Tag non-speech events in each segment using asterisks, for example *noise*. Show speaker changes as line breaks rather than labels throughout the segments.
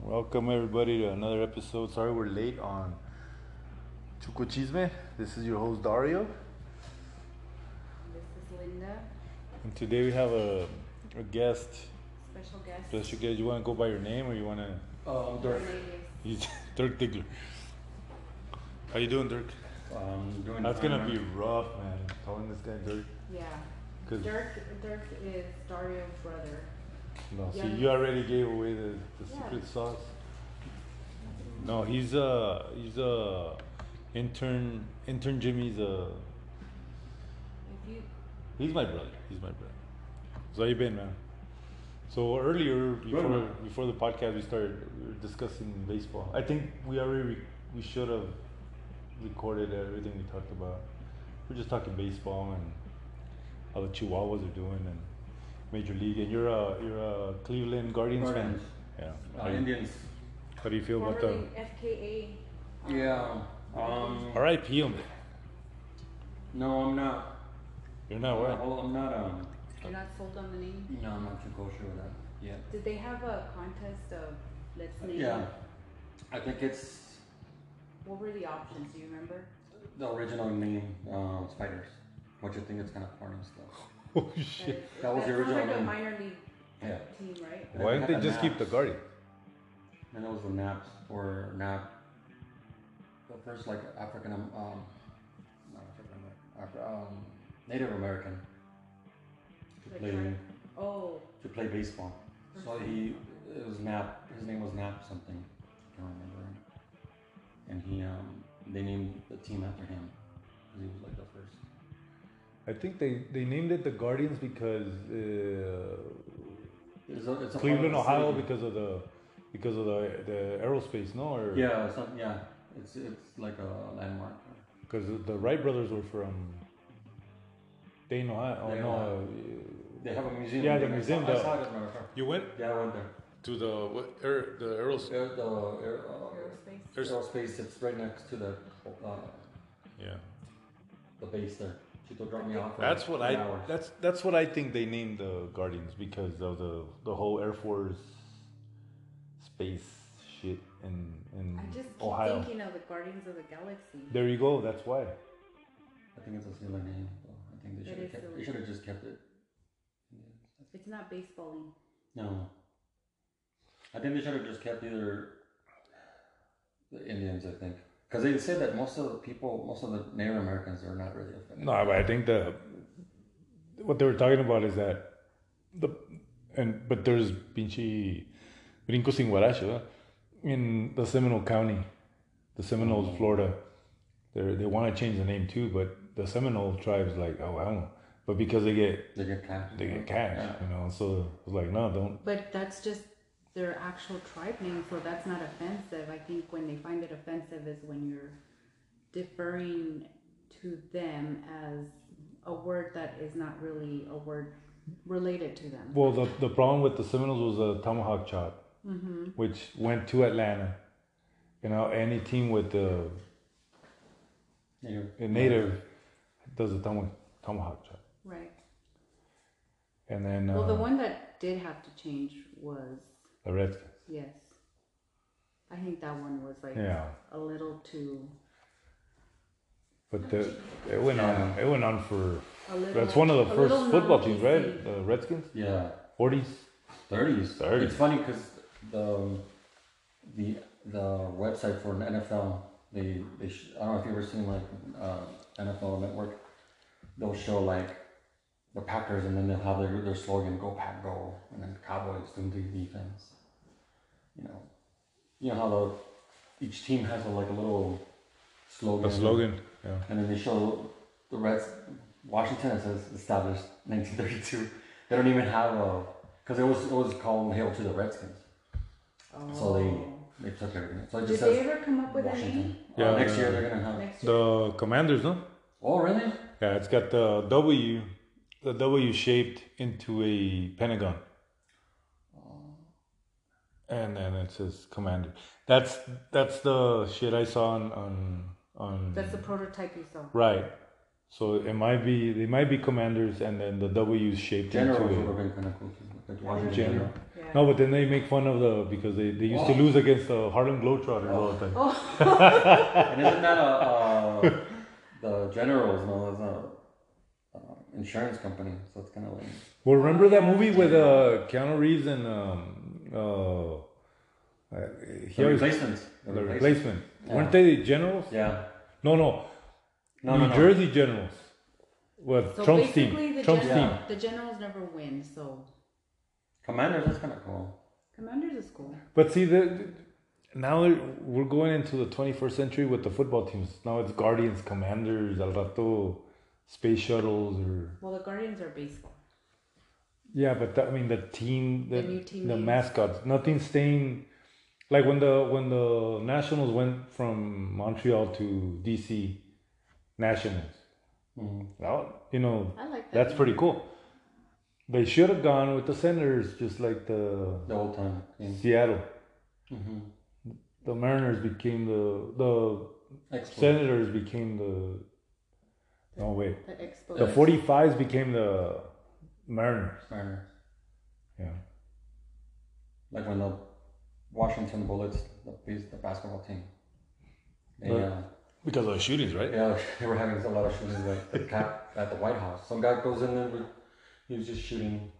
Welcome everybody to another episode. Sorry we're late on Chuco Chisme. This is your host Dario,
This is Linda,
and today we have a, a guest.
special guest.
Special guest. You want to go by your name or you want to?
Uh, I'm Dirk.
Ladies.
He's *laughs* Dirk Diggler. How you doing, Dirk?
Um, doing
That's
fine,
gonna
man.
be rough, man. Calling this guy Dirk.
Yeah.
'Cause-
Dirk, Dirk is Dario's brother.
No, see,
Yeah.
you already gave away the, the
Yeah.
secret sauce. No, he's a he's a intern. Intern Jimmy's uh, a
If you,
he's my brother. He's my brother. So how you been, man? So earlier before
man.
before the podcast, we started we were discussing baseball. I think we already re- we should have recorded everything we talked about. We're just talking baseball and how the Chihuahuas are doing and Major League. And you're a you're a Cleveland Guardians,
Guardians.
fan. Yeah.
Uh, Indians.
How do you feel about
formerly
the
FKA. um,
Yeah. Um,
RIP him?
No, I'm not.
You're not
I'm
*laughs* right.
not- I'm not. Um,
You're not sold on the name.
no, I'm not too kosher with that yet.
Did they have a contest of let's name?
Yeah. I think it's
What were the options? Do you remember?
the original name, uh, Spiders. What you think? It's kind of corny stuff.
Oh
That,
shit!
is-
*laughs* That was the
sounds
original
like a
name.
minor league
Yeah.
team, right?
Why didn't they just keep the Guardians?
And that was the Naps or Nap. The first like African, um, um, not African American, Afri- um, Native American to
The
play
tri- Oh,
to play baseball. So he it was Nap. His name was Nap something. I can't remember. And he um, they named the team after him because he was like the first.
I think they, they named it the Guardians because uh,
It's a, it's a
Cleveland,
part
Ohio,
of the city.
because of the because of the the aerospace, no, or
yeah, some, yeah. It's it's like a landmark.
because the Wright brothers were from Dayton, Ohio. Oh
Dayton, Ohio.
no,
They have a museum.
Yeah, the
I
museum,
Saw, I
the-
saw it as a matter of fact.
you went
Yeah, I went there.
to the what air, the aerospace.
Air, the air, uh,
aerospace.
There's-
aerospace. It's right next to the uh,
Yeah,
the base there. Chito dropped me off. for
that's what
three
I
hours.
that's that's what I think they named the Guardians because of the the whole Air Force space shit in in
I just keep
Ohio.
thinking of the Guardians of the Galaxy.
There you go. That's why.
I think it's a silly name. Though. I think
It
they should
is
have kept.
silly.
They should have just kept it.
It's not baseballing.
No. I think they should have just kept either the Indians, I think. Because they said that most of the people, most of the Native Americans are not really offended.
No, but I think the what they were talking about is that the and but there's pinche brincos sin guaracha in the Seminole County, the Seminoles, Florida. They they want to change the name too, but the Seminole tribe's like, oh, I don't know, but because they get
They get kind
they get cash, you know, so it's like, no, don't.
But that's just their actual tribe name, so that's not offensive. I think when they find it offensive is when you're deferring to them as a word that is not really a word related to them.
Well, the the problem with the Seminoles was a tomahawk chop, which went to Atlanta. You know, any team with the
Native.
A native does a tom- tomahawk chop.
Right.
And then uh,
Well, the one that did have to change was,
the Redskins.
yes. I think that one was like
Yeah.
a little too.
But the, it went on. It went on for.
A little,
That's one of
a
the first
little
football teams,
non-PC.
right? The Redskins.
Yeah.
Forties.
30s.
30s.
It's funny because the the the website for an NFL they they sh- I don't know if you ever seen like uh, NFL Network. They'll show like the Packers and then they'll have their, their slogan "Go Pack Go" and then Cowboys doing the defense. You know, you know how the, each team has a, like a little slogan.
The slogan. Yeah.
And then they show the Reds, Washington it says established 1932. They don't even have a, because it was, it was called Hail to the Redskins.
Oh.
So they, they took everything. So it
Did
just
they
says
ever come up with a name?
Washington.
Yeah.
Uh, next year they're going to have.
Next
The Commanders, no?
Oh, really?
Yeah, it's got the W, the W shaped into a pentagon. Uh. And then it says Commander. That's that's the shit I saw on on on.
That's the prototype you saw.
Right. So it might be they might be commanders, and then the W is shaped
Generals would
into
have
it.
been kind of cool. too, Like Washington
General.
General.
Yeah.
No, but then they make fun of the because they, they used to
Oh.
lose against the Harlem Globetrotters all the time.
And isn't that a, uh, the generals? No, that's a uh, insurance company. So it's kind of like
Well, remember that movie with uh, Keanu Reeves and um, uh, uh, he
the
always-
replacements.
the replacement.
Yeah.
Weren't they the generals?
Yeah.
No, no,
No,
New
no, no.
Jersey generals with
So
Trump's team.
basically, the,
Trump's
gen-
team.
the generals never win. So
Commanders. That's kind of cool.
commanders is cool.
But see, the, now we're going into the 21st century with the football teams. Now it's Guardians, Commanders, Al Rato, Space Shuttles, or
Well, the guardians are baseball.
yeah. But that, I mean, the team, the,
The new team
the
names.
mascots, nothing staying. Like when the when the Nationals went from Montreal to DC, Nationals. Well, you know
I like that.
that's
name.
pretty cool. They should have gone with the Senators, just like the
The old time. Yeah.
Seattle.
Mm-hmm.
The Mariners became the the
Excellent.
senators became the no wait
The expo.
the 45s became the mariners
Or
yeah
Like when the Washington Bullets, the, bas- the basketball team. They,
Right.
uh,
because of the shootings right
*laughs* Yeah, they were having a lot of shootings like the cop at the White House. Some guy goes in there, with, he was just shooting,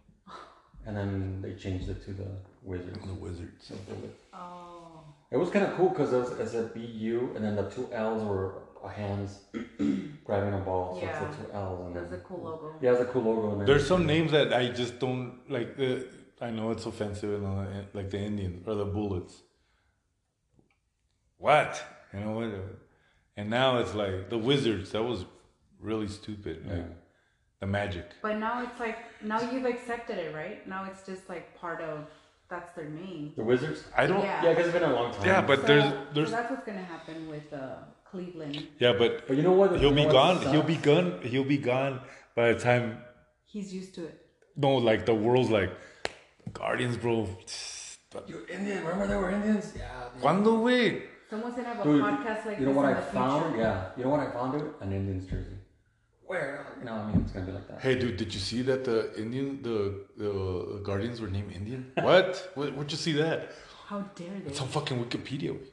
and then they changed it to the Wizards.
the wizards
So bullet.
Oh.
It was kind of cool because it was it's a BU, and then the two L's were hands
*clears throat*
grabbing a ball. So
Yeah.
it's the two L's. And
That's a
then,
cool logo.
yeah, it's a cool logo. And then,
there's some names that i just don't like the i know it's offensive and all that, like the indians or the bullets what you know what and now it's like the wizards that was really stupid like the magic
But now it's like now you've accepted it, right? Now it's just like part of that's their name.
The Wizards?
i don't yeah,
Yeah.
Yeah, because it's been a long time.
but
So-
there's
so
there's
that's what's gonna happen with uh, Cleveland.
yeah but
But you know what?
he'll
you
be
know what
gone he'll
sucks?
be gone he'll be gone by the time
He's used to it.
No, like the world's like Guardians, bro.
You Indian? Remember they were Indians? Yeah.
Cuando, güey?
Someone's gonna have a
Dude,
podcast like
you know
this
what
in
I
the
found?
future.
Yeah. You know what I found? Dude? An Indians jersey. Where? You know, I mean, it's gonna be like that.
Hey, dude, did you see that the Indian, the, the Guardians were named *laughs* Indian? What? Where, where'd you see that?
How dare they?
It's on fucking Wikipedia. güey.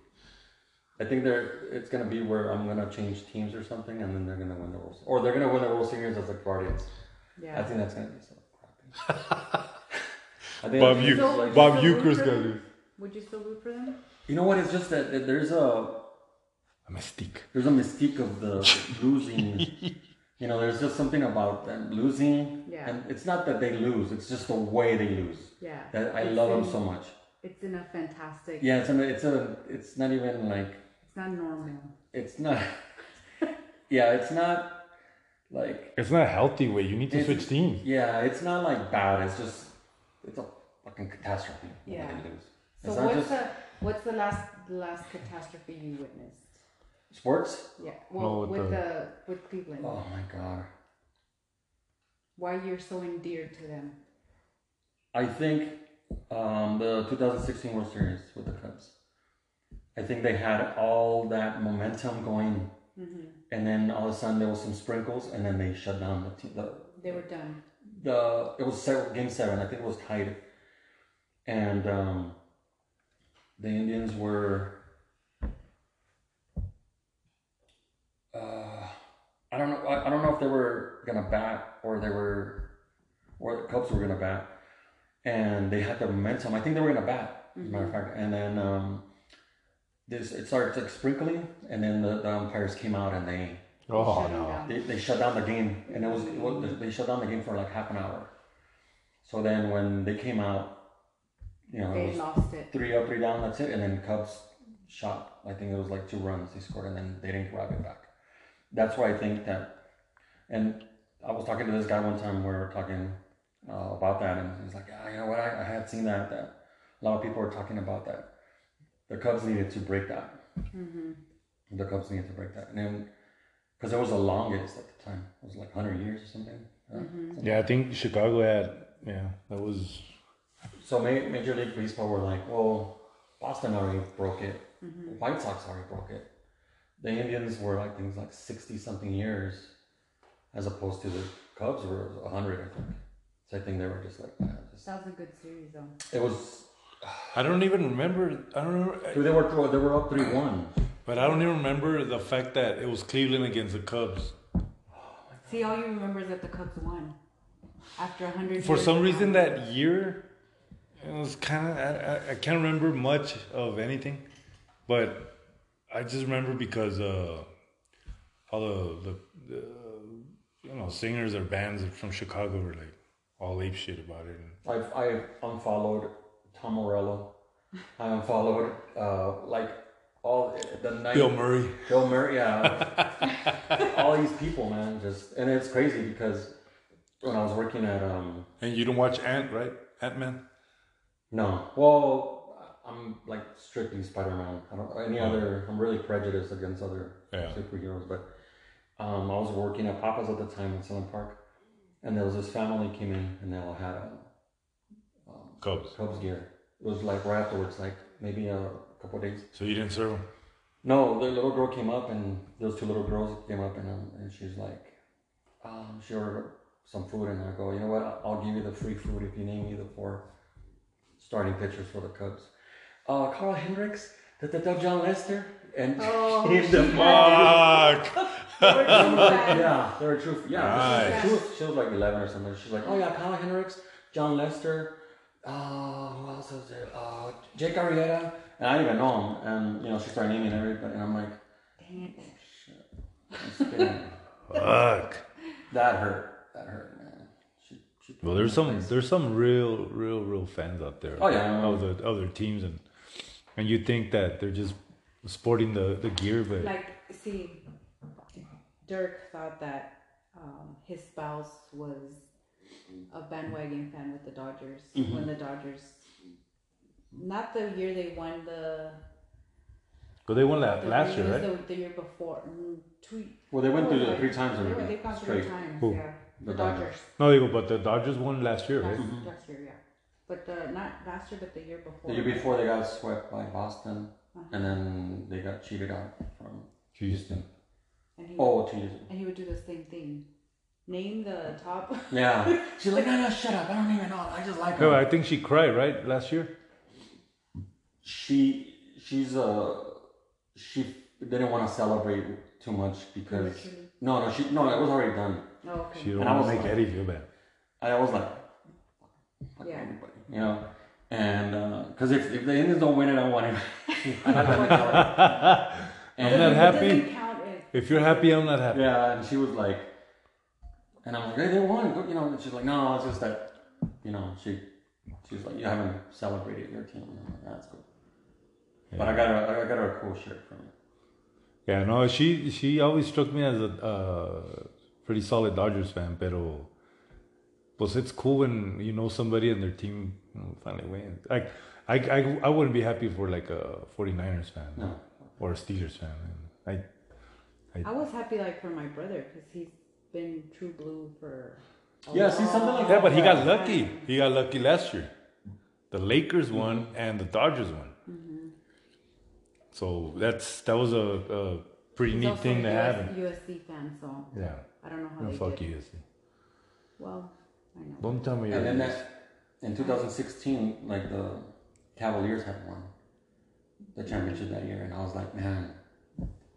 I think they're. It's gonna be where I'm gonna change teams or something, and then they're gonna win the World. Or they're gonna win the World Series as the Guardians. I
yeah.
think that's gonna be so
*laughs*
crappy. I think
Bob,
that's
you-
just like-
Bob
would you still root
Euchre's
for
gonna
them? Would you still root for them?
you know what? It's just that that there's a
A mistake.
there's a mystique of the
*laughs*
losing. You know, there's just something about them losing,
Yeah.
and it's not that they lose; it's just the way they lose.
Yeah.
That I
It's
love them
in-
so much.
It's in a fantastic.
Yeah, it's an, it's a it's not even like
It's not normal.
it's not. *laughs* yeah, it's not like
It's not healthy, way. You need to
It's-
switch teams.
yeah, it's not like bad. It's just it's a fucking catastrophe. when
Yeah.
they lose.
So
it's not
what's
just
the what's the last the last catastrophe you witnessed?
sports.
Yeah. Well,
No, with
with
the-
the, with Cleveland,
Oh my god!
why you're so endeared to them?
I think um, the 2016 World Series with the Cubs. I think they had all that momentum going,
Mm-hmm.
and then all of a sudden there was some sprinkles, and then they shut down the, team, the
They were done.
the it was seven, game seven. I think it was tied, and um, the Indians were. Uh, I don't know. I, I don't know if they were gonna bat or they were, or the Cubs were gonna bat, and they had the momentum. I think they were gonna bat. As a matter of fact, and then um, this it started like sprinkling, and then the, the umpires came out and they
Oh,
Shut them
no.
down.
they, they shut down the game and it was, it was they shut down the game for like half an hour so then when they came out you know it
They
was
lost it.
three up three down that's it and then cubs shot i think it was like two runs they scored and then they didn't grab it back that's why i think that and i was talking to this guy one time we were talking uh, about that and he's like yeah, you know what I, I had seen that that a lot of people were talking about that the cubs needed to break that
Mm-hmm.
the Cubs needed to break that. And then, because it was the longest at the time, it was like 100 years or something. huh? Something.
Yeah, I think Chicago had, yeah, that was,
So Ma- Major League Baseball were like, well, Boston already broke it,
Mm-hmm.
White Sox already broke it. The Indians were like things like 60 something years as opposed to the Cubs were a hundred. I think. So I think they were just like "Ah, just-
That was a good series, though.
it was.
I don't even remember. I don't remember,
Dude, they were they were up three one.
but I don't even remember the fact that it was Cleveland against the Cubs.
See, all you remember is that the Cubs won after 100
For
years
some
of
reason,
not-
that year, it was kind of I, I, I can't remember much of anything, but I just remember because uh, all the, the, the you know singers or bands from Chicago were like all ape shit about it.
I I unfollowed Tom Morello. I unfollowed uh, like all the night.
Bill Murray.
Bill Murray, yeah. all these people, man, just and it's crazy because when I was working at um
And you don't watch Ant, right? Ant Man.
no, well, I'm like strictly Spider Man. I don't any other. I'm really prejudiced against other
Yeah.
superheroes, but um, I was working at Papa's at the time in Sunland Park, and there was this family came in and they all had um, um,
Cubs.
Cubs gear. It was like right afterwards, like maybe a couple of days.
So you didn't serve him.
No, the little girl came up, and those two little girls came up, and um, and she's like, um, she ordered some food, and I go, you know what? I'll- I'll give you the free food if you name me the four starting pitchers for the Cubs. Uh, Carl Hendricks, da, da, da, John Lester, and
Oh,
*laughs*
named them
she
all.
Fuck.
They were too
*laughs*
bad.
*laughs* Yeah, they were true. Yeah,
Nice.
she, was, she was like eleven or something. She's like, oh yeah, Carl Hendricks, John Lester, uh, who else was there? Uh, Jake Arrieta, and I didn't even know him. And you know, she started naming everybody, and I'm like.
Dang it.
Spinning.
Fuck.
that hurt. That hurt, man. She, she
Well, there's some there's some real real real fans out there.
Oh, yeah.
Of the other teams and and you think that they're just sporting the the gear, but
Like, see, Dirk thought that um, his spouse was a bandwagon fan with the Dodgers when the Dodgers, not the year they won the.
but they won la-
the
last year,
years,
right?
The, the year before, mm, two.
Well, they went through the three times
They
already.
were- They've gone three
straight.
times.
Who?
Yeah,
The
the
Dodgers.
Dodgers.
No, they go, but the Dodgers won last year,
Last,
right?
last year, yeah. But the, not last year, but the year before.
The year before, they got swept by Boston,
Uh-huh.
and then they got cheated out from
Houston.
And he,
Oh, to Houston.
and he would do the same thing. Name the top.
Yeah. *laughs* She's like, no, no, shut up. I don't even know. I just like
No, I
her.
think she cried right last year.
She, she's uh, she didn't want to celebrate too much
*laughs*
because
Prematurely.
no, no, she, no, it was already done.
Oh, okay.
She don't
And I
want to
was
make
like-
Eddie feel bad.
I was like, fuck
Yeah.
everybody, you know. And because if, if the Indians don't win it, I want it. *laughs*
I'm not
and,
It doesn't
happy.
count if-
If you're happy, I'm not happy.
yeah, and she was like, and I'm like, hey, they won, go- you know. And she's like, no, it's just that, you know, she, she was like, you haven't celebrated your team. And I'm like, that's cool. But I got her, I got her a cool shirt from it.
Yeah, no, she she always struck me as a uh, pretty solid Dodgers fan, pero pues it's cool when you know somebody and their team you know, finally wins. Like I, I I wouldn't be happy for like a 49ers fan
No.
or a Steelers fan. And
I was happy, like, for my brother because he's been true blue for. a
Yeah, see, something like
I
long
yeah, but he got
time.
lucky. He got lucky last year. The Lakers won and the Dodgers won.
Mm-hmm.
So that's that was a, a pretty
He's
neat
also
thing to
a
happen.
US USC fan, so
Yeah.
I don't know how
No,
Oh, they
fuck
did.
you.
Well, I know.
Don't tell me.
And
you're-
then that, in 2016, like the Cavaliers had won the championship that year, and I was like, man,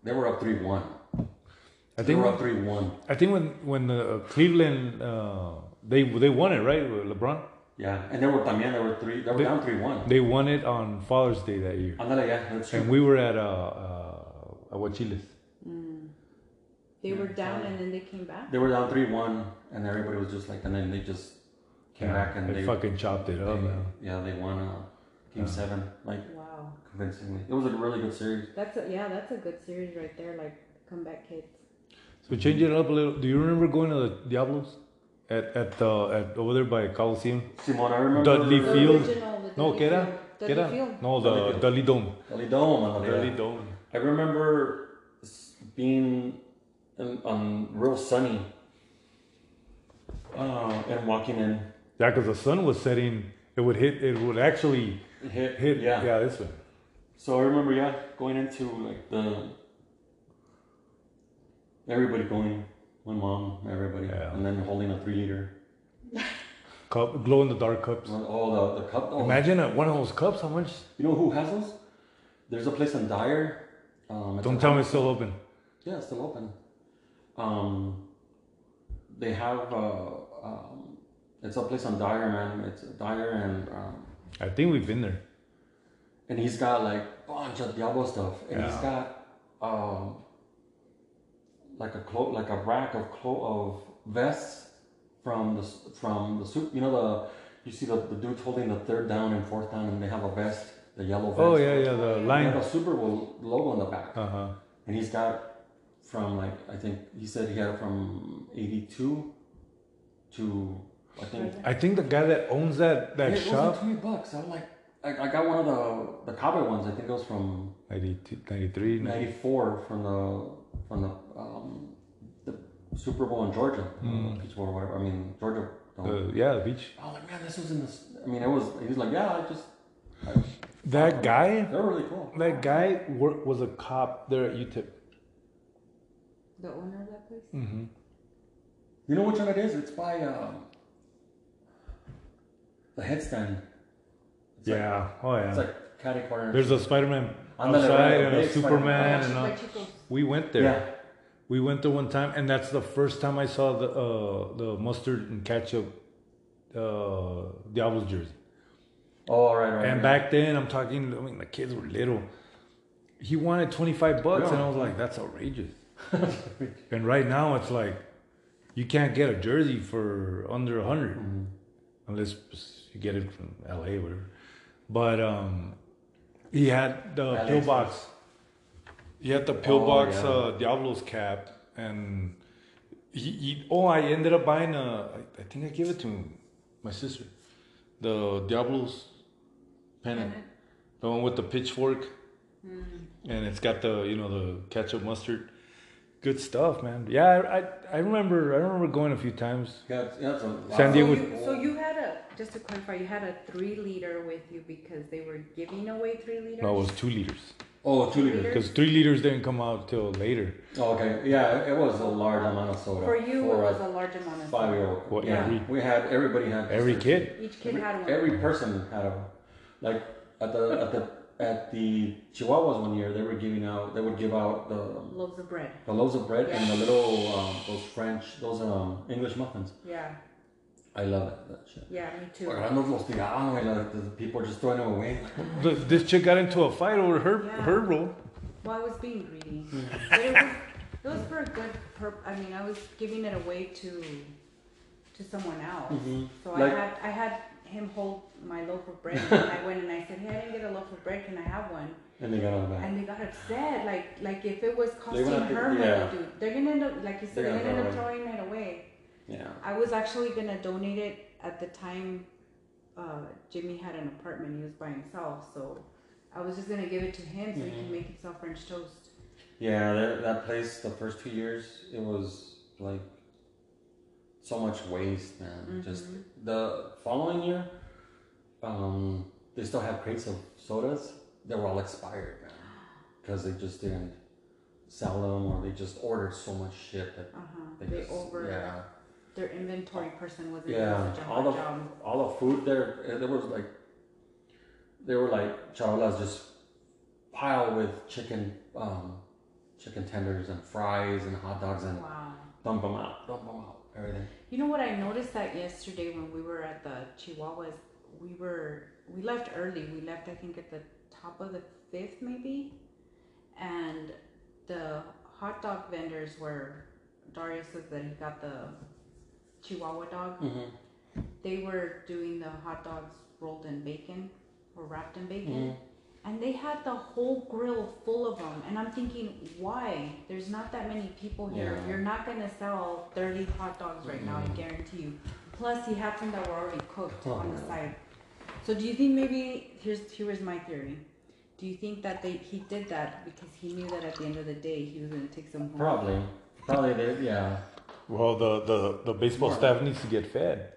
they were up three one.
I
They
think
were up three one.
I think when when the uh, Cleveland uh, they they won it right with LeBron
Yeah, and they were también. They were three. They were
They-
down three one.
they won it on Father's Day that year
Andale, yeah, that's
and
true.
we were at uh, uh Aguachiles
Mm. They were down and then they came back.
They were down three one, and everybody was just like, and then they just came back and
they,
they,
fucking chopped it
they-
up man.
yeah, they won uh, game seven, like
Wow.
convincingly. It was a really good series.
That's a, yeah, that's a good series right there. Like, comeback kids.
so change it up a little do you remember going to the Diablos at at the at over there by Coliseum
Simone, I remember
Dudley
The
Field.
original, the
no
Dudley
que era
Field.
que era
Dudley Field.
no
Dudley
the
Field.
Dudley Dome
Dudley Dome, Andale, yeah.
Dudley Dome
I remember s- being in, on real sunny uh, and walking in.
yeah because the sun was setting it would hit it would actually
Hit,
hit
yeah.
yeah this way
So I remember, yeah, going into like the everybody going My mom, everybody,
Yeah.
and then holding a three liter.
Cup, glow in the dark cups.
Oh, the, the cup. Oh,
Imagine uh, one of those cups. How much?
you know who has those? There's a place in Dyer. Um, it's
Don't
a-
tell me it's still open.
Yeah, it's still open. Um, they have uh, um, it's a place on Dyer, man. It's Dyer, and um,
I think we've been there.
and he's got like bunch of Diablo stuff, and he's
Yeah.
got um, like a clo- like a rack of clo- of vests from the s- from the soup. You know the you see the, the dudes holding the third down and fourth down, and they have a vest, the yellow vest.
Oh yeah, yeah, the
They have
line.
a Super Bowl logo on the back.
Uh huh.
And he's got from like I think he said he had it from eighty two to I think
I think the guy that owns that
Yeah,
that
it was like
shop.
twenty bucks. I was like I, I got one of the the cowboy ones. I think it was from
92, 93,
ninety four from the from the um the Super Bowl in Georgia, mm. Peach Bowl or whatever. I mean Georgia.
uh,
Dome.
yeah, the beach.
I was like, man, this was in this. I mean, it was. He was like, yeah, I just
That guy,
they're really cool.
that guy wor- was a cop there at UTIP.
The owner of that place?
Mm-hmm.
You know which one it is? It's by um, the headstand. It's like-
Yeah. oh yeah.
It's like catty corner.
There's a Spider-Man
Under the
outside
rail,
and
big
a
Spider-Man.
Superman
Where
and
she- where
all.
she goes.
We went there.
yeah.
We went there one time, and that's the first time I saw the uh, the mustard and ketchup uh, Diablo's jersey.
Oh, all right, right.
And
right.
back then, I'm talking. I mean, the kids were little. He wanted 25 bucks, and I was like, "That's
*laughs*
outrageous." and right now, it's like you can't get a jersey for under 100
Mm-hmm.
unless you get it from LA, or whatever. But um, he had the
LA
pillbox. He had the pillbox
yeah.
uh, Diablo's cap, and he, he. Oh, I ended up buying a. I, I think I gave it to my sister. The Diablo's pennant,
Pennant.
the one with the pitchfork, and it's got the you know the ketchup mustard. Good stuff, man. Yeah, I, I I remember I remember going a few times.
Yeah, it's- yeah, it's a-
San
So
Diego-
you, so you had a just to clarify, you had a three liter with you because they were giving away three liters.
No, it was two liters
Oh, two liters.
because three liters didn't come out till later.
Oh, okay. Yeah, it was a large amount of soda.
for you, it
a
uh,
was a large amount of.
five year old.
Well,
yeah.
every-
We had, everybody had.
Every kid.
Each kid
Every,
had one.
every person had a. Like, at the, at the, at the Chihuahuas one year, they were giving out, they would give out the,
loaves of bread.
the loaves of bread and the little, um, those French, those um, English muffins.
Yeah,
I love it, that shit.
yeah, me too.
I love those things. I don't know, like, the people just throwing them away.
The, this chick got into a fight over her
Yeah.
her roll.
Well, I was being
*laughs*
greedy, but it was it was for a good purpose. I mean, I was giving it away to to someone else.
Mm-hmm.
So
Like-
I had I had him hold my loaf of
*laughs*
bread, and I went and I said, "Hey, I didn't get a loaf of bread. Can I have one?"
And they got on the back.
And they got upset, like like if it was costing
wouldn't have to-
her money,
yeah.
dude. They're gonna end up, like you said,
They're
they're
gonna
gonna end up
throw
throwing it away.
Yeah.
I was actually gonna donate it at the time. Uh, Jimmy had an apartment; he was by himself, so I was just gonna give it to him so he
Mm-hmm.
can make himself French toast.
Yeah, that, that place, the first two years, it was like so much waste, man. Just
Mm-hmm.
the following year, um, they still have crates of sodas. They were all expired, man, because they just didn't sell them or they just ordered so much shit that
Uh huh.
they,
They
just,
over
yeah,
their inventory person wasn't doing
yeah.
such a
All
hard
the
job.
all the food there, eh, there was like they were like charolas just piled with chicken, um, chicken tenders and fries and hot dogs and
Wow.
Dump them out. Dump them out. Everything.
You know what I noticed that yesterday when we were at the Chihuahuas, we were we left early. We left I think at the top of the fifth maybe, and the hot dog vendors were. Dario says that he got the Chihuahua dog.
Mm-hmm.
They were doing the hot dogs rolled in bacon or wrapped in bacon.
Mm-hmm.
And they had the whole grill full of them. And I'm thinking, why? There's not that many people here.
Yeah. Mm-hmm.
You're not going to sell 30 hot dogs right now, I guarantee you. Plus, he had some that were already cooked
Oh,
on the
yeah.
side. So, do you think maybe here's here is my theory? Do you think that they he did that because he knew that at the end of the day he was going to take some home?
Probably. Probably they yeah.
Well, the the the baseball staff needs to get fed.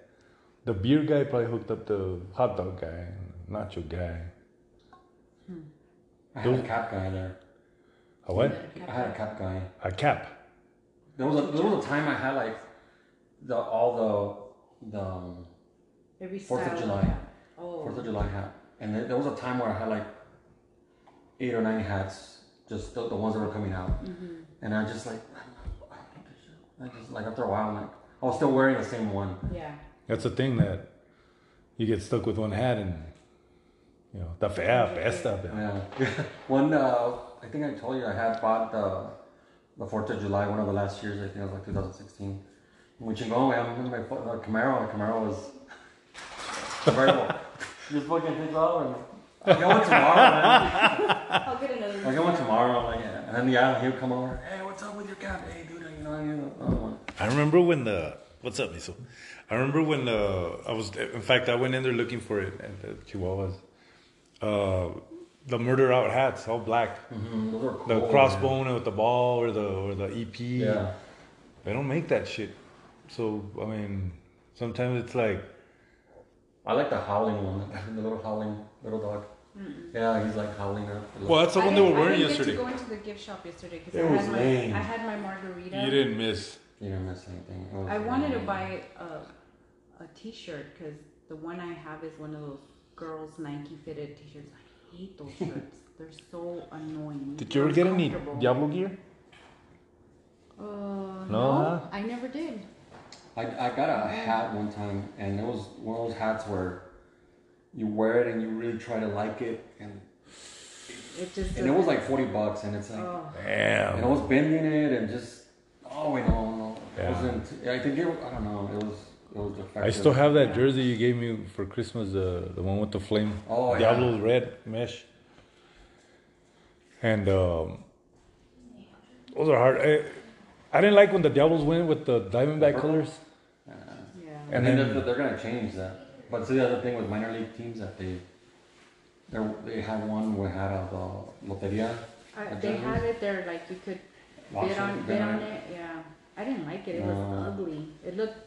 The beer guy probably hooked up the hot dog guy, nacho guy.
I had a cap guy there.
A what?
I had a cap guy.
A cap.
There was a there was a time I had like the all the the um,
Every
Fourth of
style
July.
hat. Oh,
Fourth of July hat, and there, there was a time where I had like eight or nine hats, just the, the ones that were coming out,
Mm-hmm.
and I just like I just like after a while, I'm like I was still wearing the same one.
yeah.
That's the thing that you get stuck with one hat and you know, está fea, pesta. pero-
Yeah. *laughs* one, uh, I think I told you I had bought the the Fourth of July, one of the last years. I think it was like 2016. When Chingon, I'm in my fo- uh, Camaro. My Camaro was convertible. *laughs* Just fucking take it out and I got one tomorrow. Man.
I'll get another.
I got one tomorrow. I'm like, yeah. and then yeah, he would come over. Hey, what's up with your cab? Hey, dude, you know, Oh, I need another one.
I remember when the what's up, Miso? I remember when uh, I was in fact I went in there looking for it at the Chihuahuas. Uh, the murder out hats, all black.
Mm-hmm. Those were cool.
The
man.
crossbone with the ball or the or the EP.
Yeah.
They don't make that shit. So I mean, sometimes it's like
I like the howling one. *laughs* The little howling little dog. Yeah, he's like howling. Up.
well, that's the
I
one they were
didn't-
wearing
I didn't
yesterday.
get to go into the gift shop yesterday because
It
I,
was
had my-
lame.
I had my margarita.
You didn't miss.
you didn't miss anything. It was
I wanted to
amazing.
buy a, a t-shirt because the one I have is one of those girls Nike fitted t-shirts. I hate
*laughs*
those shirts. They're so annoying.
Did you ever get any
Uncomfortable.
Diablo gear?
Uh, no,
huh?
I never did.
I, I got a hat one time, and it was one of those hats where you wear it and you really try to like it, and
It just
and it was like forty bucks, and it's like
oh,
Damn.
and I was bending it and just oh wait no no
Yeah.
it wasn't I think it I don't know it was it was defective.
I still have that jersey you gave me for Christmas, the the one with the flame.
Oh, yeah.
Diablo's red mesh. And um, those are hard. I, I didn't like when the Diablos went with the Diamondback colors.
yeah.
and
And
then
then-
they're, they're gonna change that. But see the other thing with minor league teams that they they they had one where had a the loteria.
I,
a
they
jersey.
had it there like you could bid
Washington,
on bid on it. Yeah, I didn't like it. It
No.
was ugly. It looked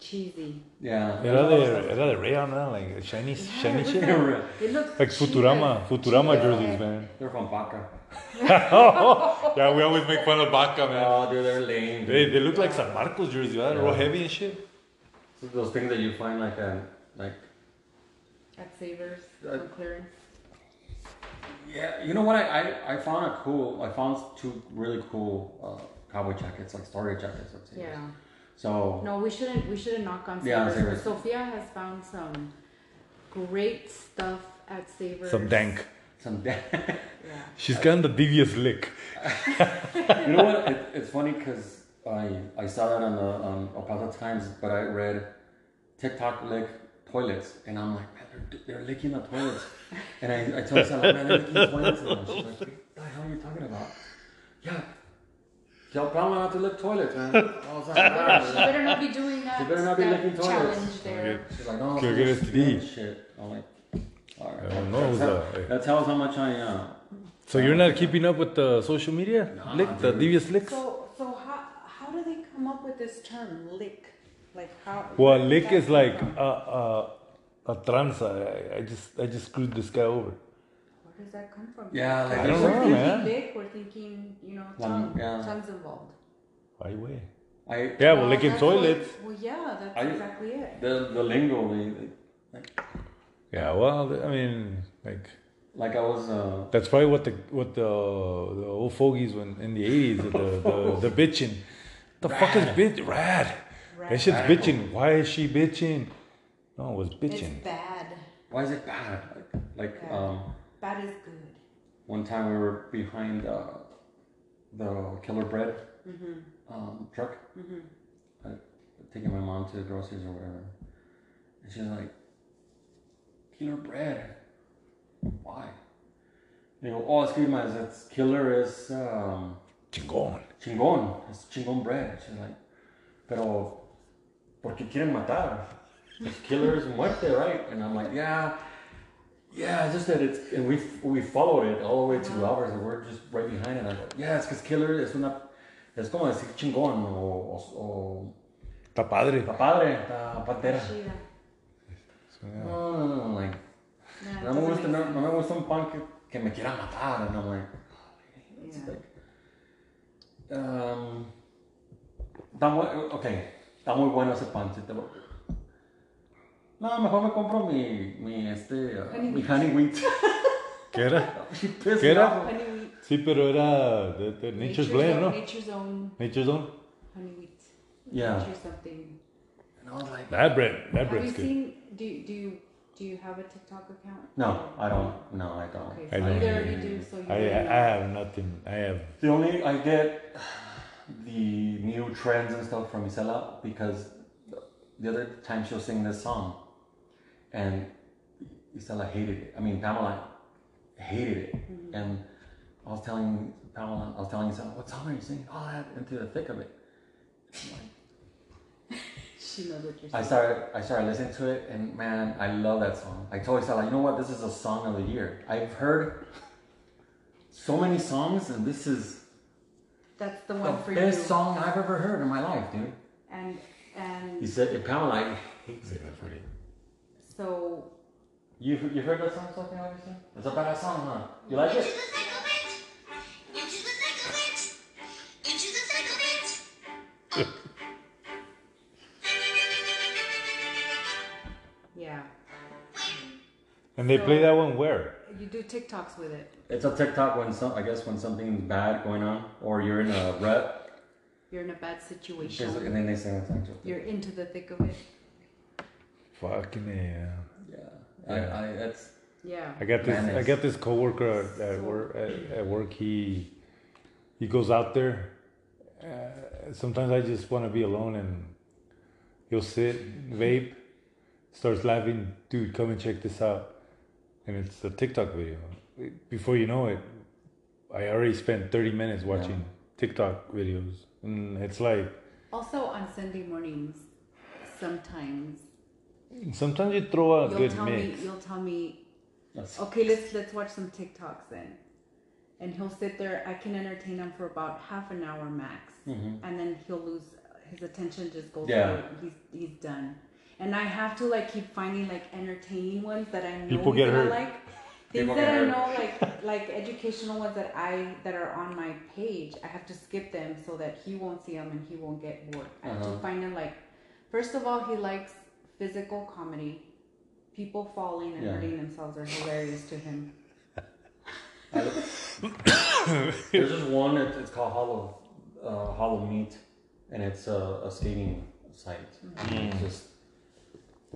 cheesy.
Yeah.
Era de, era de rayon, huh? like shiny, shiny
it was
shit. *laughs*
like-
They're
It looked
Like
cheap
Futurama,
as-
Futurama
cheap as
jerseys,
heck.
man.
they're from Baca.
Yeah, we always make fun of Baca, man.
Oh, dude, they're lame.
They, they look like San Marcos jerseys, right? Real heavy and shit.
So those things that you find like a like
At Savers
Uh,
on clearance.
yeah you know what I, I, I found a cool I found two really cool uh, cowboy jackets like storage jackets let's say.
Yeah.
so
No, we shouldn't. We shouldn't knock on
Yeah,
Savers.
Savers.
but Sophia has found some great stuff at Savers.
Some dank.
some *laughs* da-
Yeah.
She's got the devious lick.
you know what it, it's funny because I I saw that on the um, El Paso Times but I read TikTok lick toilets and I'm like man they're, they're licking the toilets and I, I tell myself man they're licking the toilets and she's like what the hell are you talking about yeah tell grandma not to lick toilets man I was like,
She
"Ah."
better not be doing that.
She better not be
that
licking toilets.
challenge there.
She's like, no,
Go
it's
get
just
us to eat.
Shit. I'm like, all
I
right.
don't know,
That,
though.
that, tells how much I uh,
So you're not keeping up with the social media?
Nah,
lick, the
dude.
devious licks?
So, so how, how do they come up with this term lick? Like how?
Well,
where did
lick
that
is
come
like
from?
a, a, a tranza. I, I just I just screwed this guy over.
Where does that come from?
Yeah, like
I don't
there's-
know,
Thinking
man.
Lick, we're thinking, you know,
Tongue,
tongue,
yeah.
tongues involved.
Why way?
I
Yeah, well,
Well,
licking
that's what-
toilets.
Well, yeah, that's
I-
exactly it.
the the lingo, the,
Yeah, well, I mean, like
like I was uh,
that's probably what the what the the old fogies when in the eighties the the, the, bitching. The fuck is bitch rad? That shit's
Radical.
bitching. Why is she bitching? No, it was bitching.
It's bad.
why is it bad? Like, like
Yeah.
um,
Bad is good.
one time we were behind uh, the Killer Bread
Mm-hmm,
um, truck, uh, taking my mom to the groceries or whatever, and she's like, "Killer Bread, why?" They go, "Oh, excuse me, that's killer is." Um,
Chingon.
chingón, es chingón bread. She's like, pero, ¿por qué quieren matar? It's killers muerte, right? And I'm like, yeah, yeah, it's just that it's, and we we followed it all the way to ours, and we're just right behind it. I go, yeah, it's because killer es una, es como decir chingón, o, o,
Está
o
padre.
la padre, la pantera.
Shida.
Yeah.
No, no, no, no, like, no
Nah,
me
doesn't
gusta,
make
no,
sense.
no me gusta un pan que, que me quiera matar. And I'm like, It's
Yeah.
like, um, Está muy, okay, está muy bueno ese pan, sí te lo- No, mejor me compro mi, mi este, uh,
Honey
mi
wheat.
honey wheat. *laughs*
¿Qué era?
She pissed
¿Qué
me
era?
off.
Honey wheat.
Sí, pero era de, de Nature's Blend,
own,
¿no?
Nature's own
Nature's Own.
honey wheat.
Yeah.
Nature something.
And I was like,
That bread, that
Have you
bread's good.
seen? Do you- do you do you have a TikTok account?
no, I don't. No, I don't.
Okay,
I
so
don't
either of
either.
you do, so you.
I, I
already know.
have nothing. I have.
The only I get the new trends and stuff from Isela because the other time she was singing this song, and Isela hated it. I mean Pamela hated it,
Mm-hmm.
and I was telling Pamela, I was telling Isela, "What song are you singing?" All that into the thick of it. I'm like,
She knows what you're
I
saying.
started I started listening to it and man, I love that song. I told Isela, you know what, this is a song of the year. I've heard so many songs and this is
That's the
the
one for you.
best song I've ever heard in my life, dude.
And and
He said "Yeah, Pamela I hates it.
so
You you heard that song something obviously? It's a badass song, huh? You like it?
yeah,
And they play that one where?
you do TikToks with it.
It's a TikTok when some I guess when something's bad going on or you're in a rut
You're in a bad situation.
and then they sing that song to it.
You're into the thick of it.
Fucking yeah.
Yeah. I, I that's
Yeah.
I got this.
Man,
I
it's-
got this coworker at, at work. At, at work, he he goes out there. Uh, sometimes I just want to be alone, and he'll sit, vape, starts laughing. Dude, come and check this out. And it's a TikTok video. Before you know it, I already spent thirty minutes watching TikTok videos, and it's like
Also on Sunday mornings, sometimes
sometimes you throw a
you'll
Oh, good
tell
mix.
me you'll tell me
that's
okay let's let's watch some TikToks then, and he'll sit there. I can entertain him for about half an hour max, and then he'll lose uh, his attention. Just goes
Mm-hmm. Yeah.
away. He's he's done. And I have to like keep finding like entertaining ones that I know
People
he's
get
gonna
hurt.
like. Things
People
that
get
I
hurt.
know,
*laughs*
like like educational ones that I that are on my page, I have to skip them so that he won't see them and he won't get bored. I
Uh-huh.
have to find him like, first of all, he likes physical comedy, people falling and
Yeah.
hurting themselves are hilarious to him.
I look- There's this one. It's, it's called Hollow uh, Hollow Meat, and it's a, a skating site. It's Just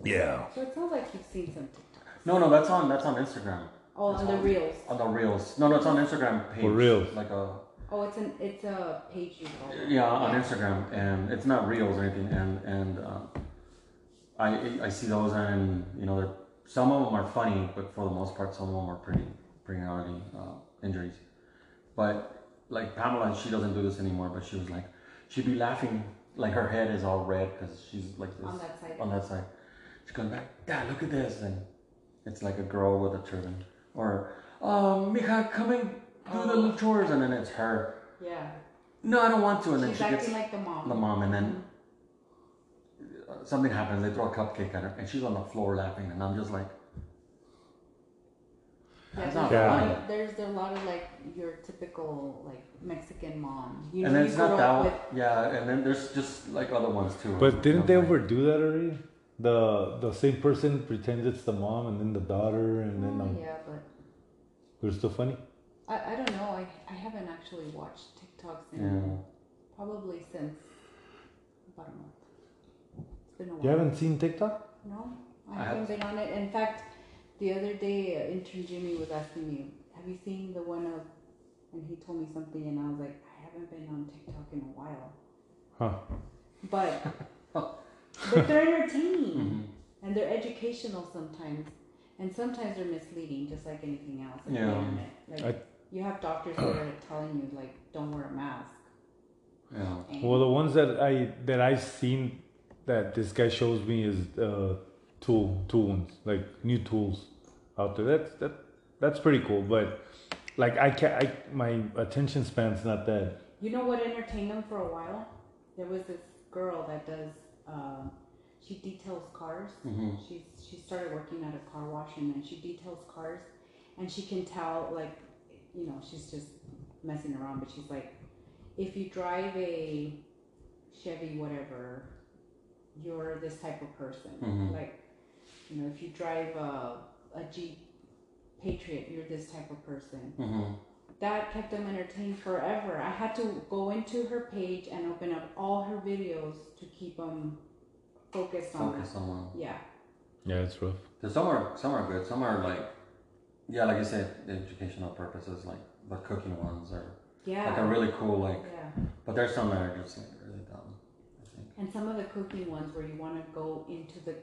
Yeah.
So it sounds like you've seen some TikTok.
no, no. That's on that's on Instagram.
Oh, on the reels.
On the reels. No, no. It's on Instagram page.
For reals.
Like a
Oh, it's an it's a page you follow.
yeah on Instagram, and it's not reels or anything. And and uh, I I see those, and you know, they're, some of them are funny, but for the most part, some of them are pretty pretty gnarly uh, injuries. But like Pamela, she doesn't do this anymore. But she was like, she'd be laughing, like her head is all red because she's like this
On that side.
On that side, she goes back. Dad, look at this, and it's like a girl with a turban. Or, um, Mija, come and do
Oh.
the the chores, and then it's her.
Yeah.
No, I don't want to, and then
She's
she gets
acting like the mom.
the mom, and then uh, something happens. They throw a cupcake at her, and she's on the floor laughing, and I'm just like, that's not
Yeah.
funny.
There's a lot of like your typical like Mexican mom. You know,
And then
you
it's not
grow
that
up
one.
with
Yeah, and then there's just like other ones too.
But didn't they
I'm like,
overdo that already? The the same person pretends it's the mom and then the daughter and then
Oh,
the,
yeah, but
it was still funny.
I, I don't know. I, I haven't actually watched TikToks in
Yeah.
probably since about a month. It's been a
You
while.
haven't seen TikTok?
No, I,
I
haven't been on it. In fact, the other day, uh, intern Jimmy was asking me, "Have you seen the one of?" And he told me something, and I was like, "I haven't been on TikTok in a while."
Huh.
But but they're entertaining
Mm-hmm.
and they're educational sometimes, and sometimes they're misleading, just like anything else. on the
Yeah.
internet. Like you have doctors that are telling you like, "Don't wear a mask."
Yeah.
And
Well, the ones that I that I've seen that this guy shows me is uh, tool tools like new tools out there. That's that that's pretty cool. But like I can I my attention span's not that.
You know what entertained them for a while? There was this girl that does. Uh, she details cars.
Mm-hmm.
She's she started working at a car wash and then she details cars, and she can tell like, you know, she's just messing around. But she's like, if you drive a Chevy whatever, you're this type of person.
Mhm.
Like, you know, if you drive a, a Jeep Patriot, you're this type of person.
Mm-hmm.
That kept them entertained forever. I had to go into her page and open up all her videos to keep them focused on
Focus on one.
that. Yeah.
Yeah, it's rough.
'Cause some are some are good. Some are like, yeah, like you said, the educational purposes, like the cooking ones are like a
Yeah.
really cool like.
yeah.
But there's some that are just like really dumb. I think.
And some of the cooking ones where you want to go into the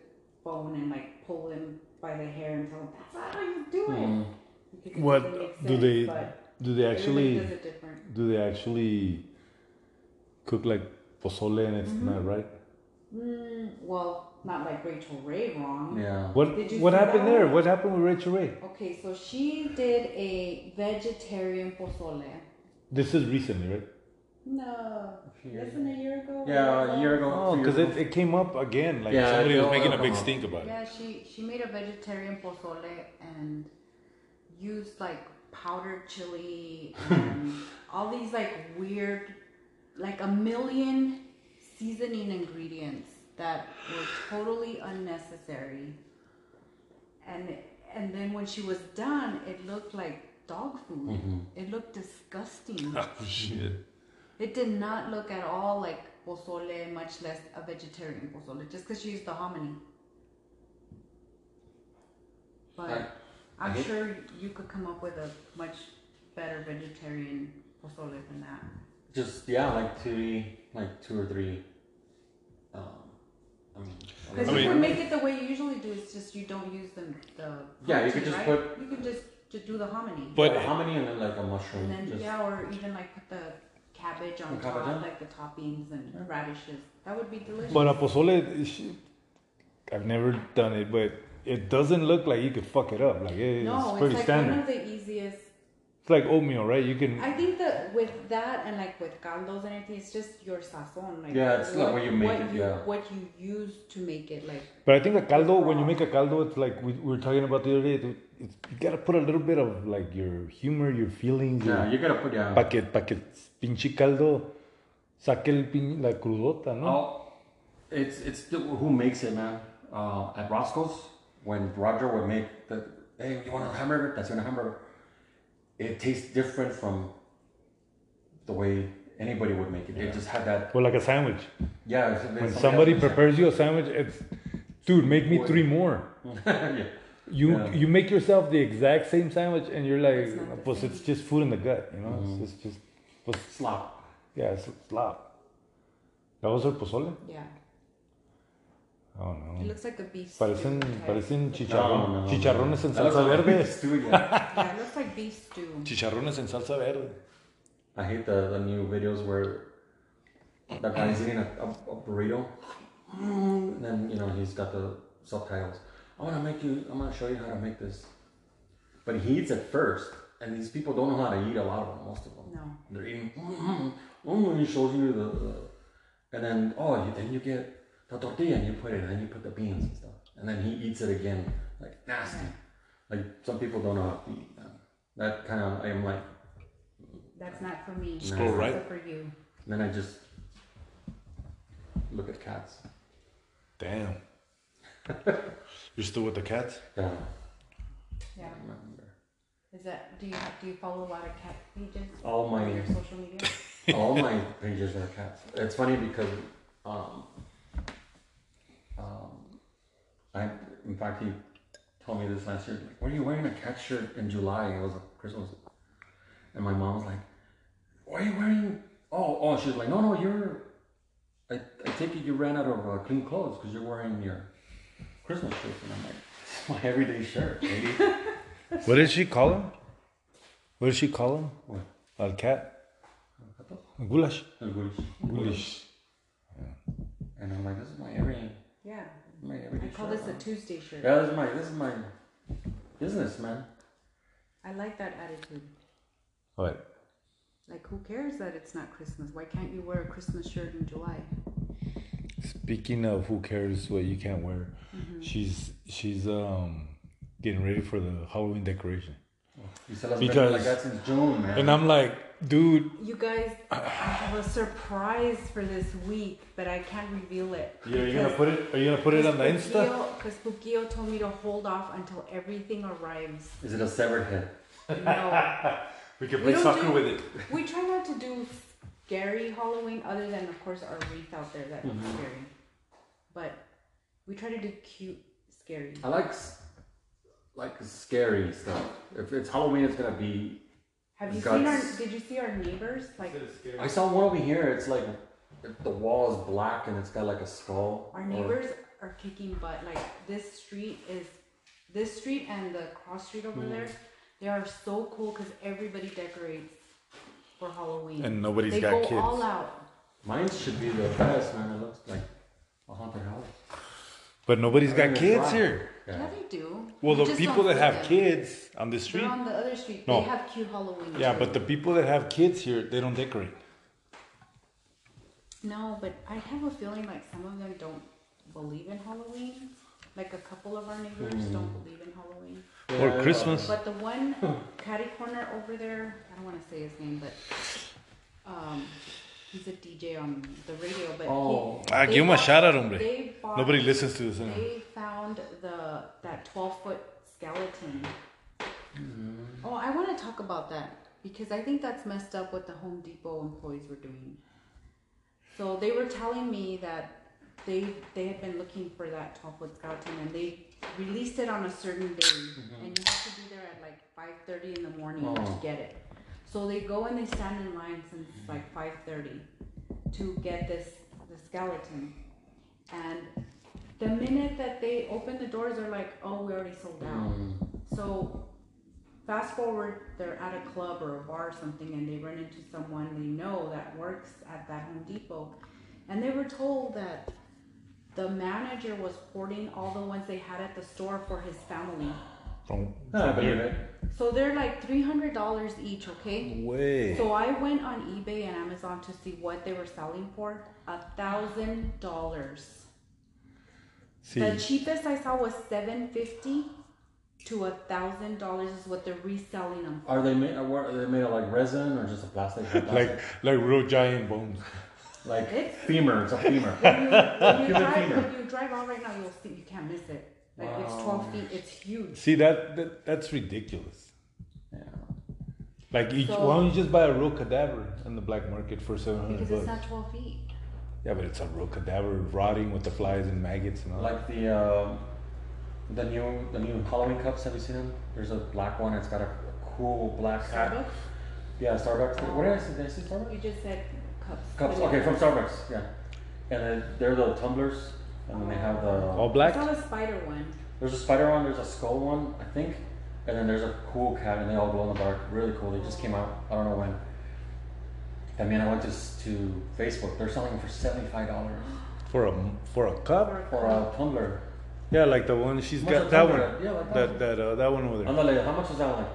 phone and like pull them by the hair and tell them, that's not how you do it.
Mhm.
Because it
What
doesn't make
do they-
but
Do they
everybody
actually
does it different.
do they actually cook like pozole and it's not right?
Mm, well, not like Rachel Ray wrong.
Mm-hmm. Yeah.
What
Did you
what
see
happened
that
there?
one?
What happened with Rachel Ray?
Okay, so she did a vegetarian pozole.
This is recently, right?
Oh,
No,
A few years
less than a year ago.
Yeah, a year ago.
Oh,
two years
because
ago.
it, it came up again. Like
Yeah,
somebody
it'll-
was making a
it'll
big
come up. Uh-huh.
stink about it.
Yeah, she she made a vegetarian pozole and used like powdered chili
*laughs*
and all these like weird, like a million seasoning ingredients that were totally unnecessary. And and then when she was done, it looked like dog food.
Mm-hmm.
It looked
*laughs*
disgusting.
*laughs* Oh shit!
It did not look at all like pozole, much less a vegetarian pozole, just because she used the hominy. But
I- I
I'm
hate-
sure you could come up with a much better vegetarian pozole than that.
just yeah, like two, like two or three. Um, I mean, a
Because
I
you
little
mean-
bit.
can make it the way you usually do. It's just you don't use the the.
Yeah, you could
protein,
just
right?
put-
You can just just do the hominy.
But
how many and then like a mushroom?
and then
just,
yeah, or even like put the cabbage on
The
top,
cabbage on?
like the toppings and radishes. That would be delicious.
but a pozole, she, I've never done it, but it doesn't look like you could fuck it up. Like it- it's
no,
pretty
it's like
standard.
one of the easiest
It's like oatmeal, right? You can.
I think that with that and like with caldos and everything, it's just your sazon. Like
Yeah, it's like what you make
what
it,
You,
yeah.
What you use to make it, like
But I think a caldo, when you make a caldo, it's like we, we were talking about the other day. It's, it's, you gotta put a little bit of like your humor, your feelings.
yeah,
Yeah.
you gotta put yeah.
Para que, pa que pinche caldo saque el pin, la crudota, ¿no?
Oh, it's it's the, who makes it, man. Uh, at Roscoe's, when Roger would make the hey, you want a hamburger? That's your hamburger. It tastes different from the way anybody would make it. It just had that
Or like a sandwich.
yeah. it's- it's
When
something
somebody
else.
prepares you a sandwich, it's, dude, make me
Boy.
three more.
*laughs* yeah.
You
Yeah.
you make yourself the exact same sandwich, and you're like,
It's not the
pues
same.
it's just food in the gut, you know? It's just, just pues,
slop.
yeah, it's slop. That was her pozole? Oh,
yeah,
I don't
Mm.
know.
it looks like a beef.
Parecen,
stew type.
parecen
No,
chicharrón,
no, no.
chicharrones en
That looks
salsa
like
verde.
*laughs* stew, yeah.
Yeah, it looks like beef stew.
Chicharrones en salsa verde.
I hate the, the new videos where the guy's eating a, a, a burrito, and then you know he's got the subtitles. I want to make you. I'm gonna show you how to make this. But he eats it first, and these people don't know how to eat a lot of them. Most of them.
No.
They're eating. Mm, mm, he shows you the, the- and then oh, you, then you get the tortilla and you put it, and then you put the beans and stuff, and then he eats it again, like nasty. Like some people don't know how to eat. man. That kind of I am like.
That's not for me.
No.
That's
Alright.
also for you.
And then I just look at cats.
*laughs* Damn. You're still with the cats?
Yeah.
Yeah.
I remember.
Is that do you do you follow a lot of cat pages
All
on
my
your social
*laughs*
media?
all my pages are cats. It's funny because um, um, I in fact he told me this last year. Like, were you wearing a cat shirt in July? It was Christmas, and my mom was like, "Why are you wearing?" Oh, oh, she was like, "No, no, you're." I, I take it you ran out of uh, clean clothes because you're wearing your Christmas shirt, and I'm like, "It's my everyday shirt, lady."
What did she call him? What did she call him?
What?
Al cat? Goulash.
El Gulish.
Goulash.
And I'm like, this is my every,
Yeah,
my
I
everyday
call
shirt,
this a
man.
Tuesday shirt.
Yeah, this is my, this is my business, man.
I like that attitude.
All right.
Like, who cares that it's not Christmas? Why can't you wear a Christmas shirt in July?
Speaking of who cares what you can't wear,
Mm-hmm.
she's she's um getting ready for the Halloween decoration.
You said I've been
Because-
like that since June, man.
And I'm like, dude.
You guys, I have a surprise for this week, but I can't reveal it.
Yeah, are you gonna put it? Are you gonna put it on the Insta?
Because Pukio told me to hold off until everything arrives.
*laughs*
Is it a severed head?
No.
We can
We
play
don't
soccer
do-
with it.
we try not to do scary Halloween, other than, of course, our wreath out there that's
Mm-hmm.
scary. But we try to do cute, scary.
I like s- like scary stuff. If it's Halloween, it's gonna be.
Have you seen our,
Guts.
did you see our neighbors? Like,
I saw one over here. It's like the wall is black and it's got like a skull.
Our
or-
neighbors are kicking butt. Like this street is, this street and the cross street
Hmm.
over there, they are so cool because everybody decorates for Halloween.
And nobody's
they
got
go
kids.
all out.
Mine should be the best, man. It looks like a haunted house.
But nobody's got
It's
kids
black.
here.
Yeah,
Yeah.
they do.
Well,
You
the
just
people
don't
that
see
have
them.
kids on the street.
They're on the other street.
No.
They have cute Halloween.
Yeah,
too.
but the people that have kids here, they don't decorate.
no, but I have a feeling like some of them don't believe in Halloween. Like a couple of our neighbors
Hmm.
don't believe in Halloween.
or
Yeah,
Christmas.
But the one catty corner over there, I don't want to say his name, but um, he's a DJ on the radio. But
Oh.
he,
Ah,
they
give him a
bought-
shout out, hombre.
They bought,
Nobody listens to this anymore.
They found the that twelve foot skeleton. Oh, I want to talk about that because I think that's messed up what the Home Depot employees were doing. So they were telling me that they they had been looking for that twelve foot skeleton and they released it on a certain day and you have to be there at like five thirty in the morning to
Oh.
get it. So they go and they stand in line since like five thirty to get this the skeleton. And the minute that they open the doors they're like, Oh, we already sold out.
Mm.
So fast forward, they're at a club or a bar or something, and they run into someone they know that works at that Home Depot, and they were told that the manager was hoarding all the ones they had at the store for his family.
From,
No, I believe it.
So they're like three hundred dollars each, okay?
Way.
So I went on eBay and Amazon to see what they were selling for. A thousand dollars. The
See,
cheapest I saw was seven fifty to a thousand dollars is what they're reselling
*laughs*
them
Are they made? Are what- are they made of like resin or just a plastic?
*laughs* like like real giant bones.
like
It's-
femur. It's a femur.
when you, when you
Give it
drive,
finger.
when you drive out right now, you'll see you can't miss it. Like it's
Wow.
twelve feet. It's huge.
See that, that that's ridiculous.
yeah.
Like, you,
So-
why don't you just buy a real cadaver in the black market for seven hundred
Because it's
bucks?
not twelve feet.
yeah, but it's a real cadaver rotting with the flies and maggots and all.
Like the um the new the new Halloween cups. Have you seen them? There's a black one. It's got a cool black hat.
Starbucks.
Yeah, Starbucks. What did I say? Did I say Starbucks?
You just said cups.
Cups.
but
Okay,
yeah.
from Starbucks. Yeah. And then they're the tumblers, and then they have
all
the.
I
black.
saw the spider one.
There's a spider one. There's a skull one, I think. And then there's a cool cat, and they all glow in the dark. Really cool. They just came out. I don't know when. I mean, I went to s- to Facebook. They're selling for seventy five dollars
For a for a cup?
for a tumbler.
Yeah, like the one she's
Much
got.
a
That
tumbler.
one.
Yeah, like that
that
one.
that uh, that one over there.
Andale, how much is that one?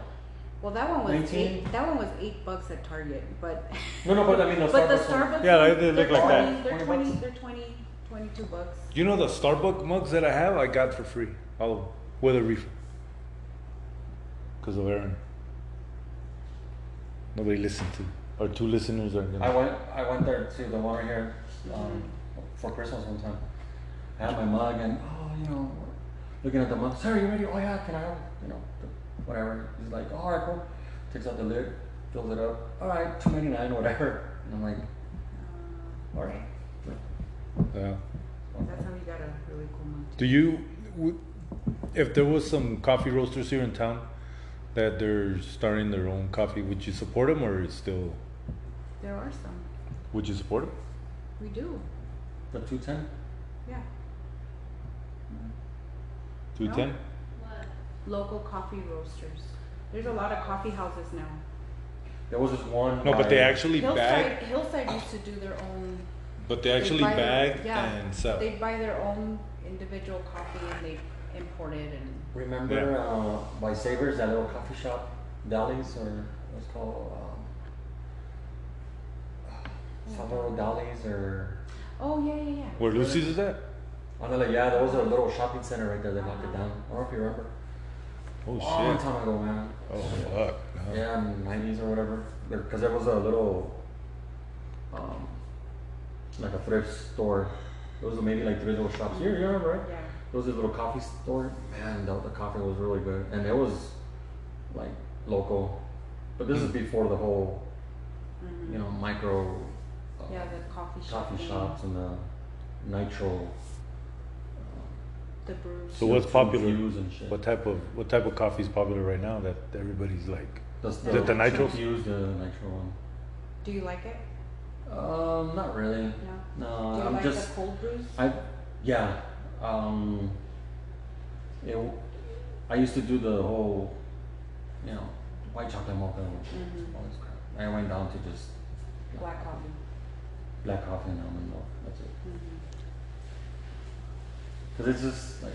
Well, that one was
19?
eight. That one was eight bucks at Target, but. *laughs*
No, no, but I mean the
but the
Starbucks one.
Starbucks.
Yeah, like,
ones,
they look
they're
like that.
20 They're
20
twenty.
bucks?
They're 20, 22 bucks.
You know the Starbucks mugs that I have? I got for free. All of them. With a refill. Because of Aaron. Nobody listened to. Our two listeners are
I
gonna.
went I went there to the one right here um,
Mm-hmm.
for Christmas one time. I had my mug and oh you know looking at the mug, sir, you ready? Oh yeah, can I have you know the- whatever? He's like, oh, all right, cool. Takes out the lid, fills it up. All right, two ninety nine, whatever. And I'm like, all right.
Yeah.
That's how you got a really cool mug.
Do you. w- If there was some coffee roasters here in town that they're starting their own coffee, would you support them or it's still.
There are some.
Would you support them?
We do.
The two ten.
Yeah.
210?
Local coffee roasters. There's a lot of coffee houses now.
There was this one.
No, but they
by-
actually bag.
Hillside, Hillside used to do their own.
But they
they
actually
buy their-
bag and sell.
They buy their own individual coffee and they import it and.
Remember
Yeah.
uh, by Savers that little coffee shop, Dally's or what's it called um, *sighs* Salvador Dally's or
Oh yeah, yeah, yeah.
Where Lucy's is at?
Andale, yeah, there was a little shopping center right there. They knocked it down. I don't know if you remember.
Oh
Long
shit.
time ago, man.
Oh fuck.
Yeah, yeah, nineties or whatever. Because there was a little, um, like a thrift store. Those were maybe like thrift little shops. You, you remember, right?
Yeah.
There was this little coffee store. Man, the, the coffee was really good, and it was like local. But this is before the whole,
Mm-hmm.
you know, micro uh,
Yeah, the coffee shop.
coffee
thing,
shops and the nitro
The brews.
So what's popular?
Infused and shit.
What type of what type of coffee is popular right now that everybody's like?
Does
Is it the nitros?
Use the nitro one.
Do you like it?
Um, not really.
No.
No,
Do you
I'm
like
just
the cold brews?
I, yeah. Um, it, I used to do the whole, you know, white chocolate mocha,
Mm-hmm.
all this crap. I went down to just
Black coffee. Mm-hmm.
black coffee and almond milk. That's it. Cause it's just like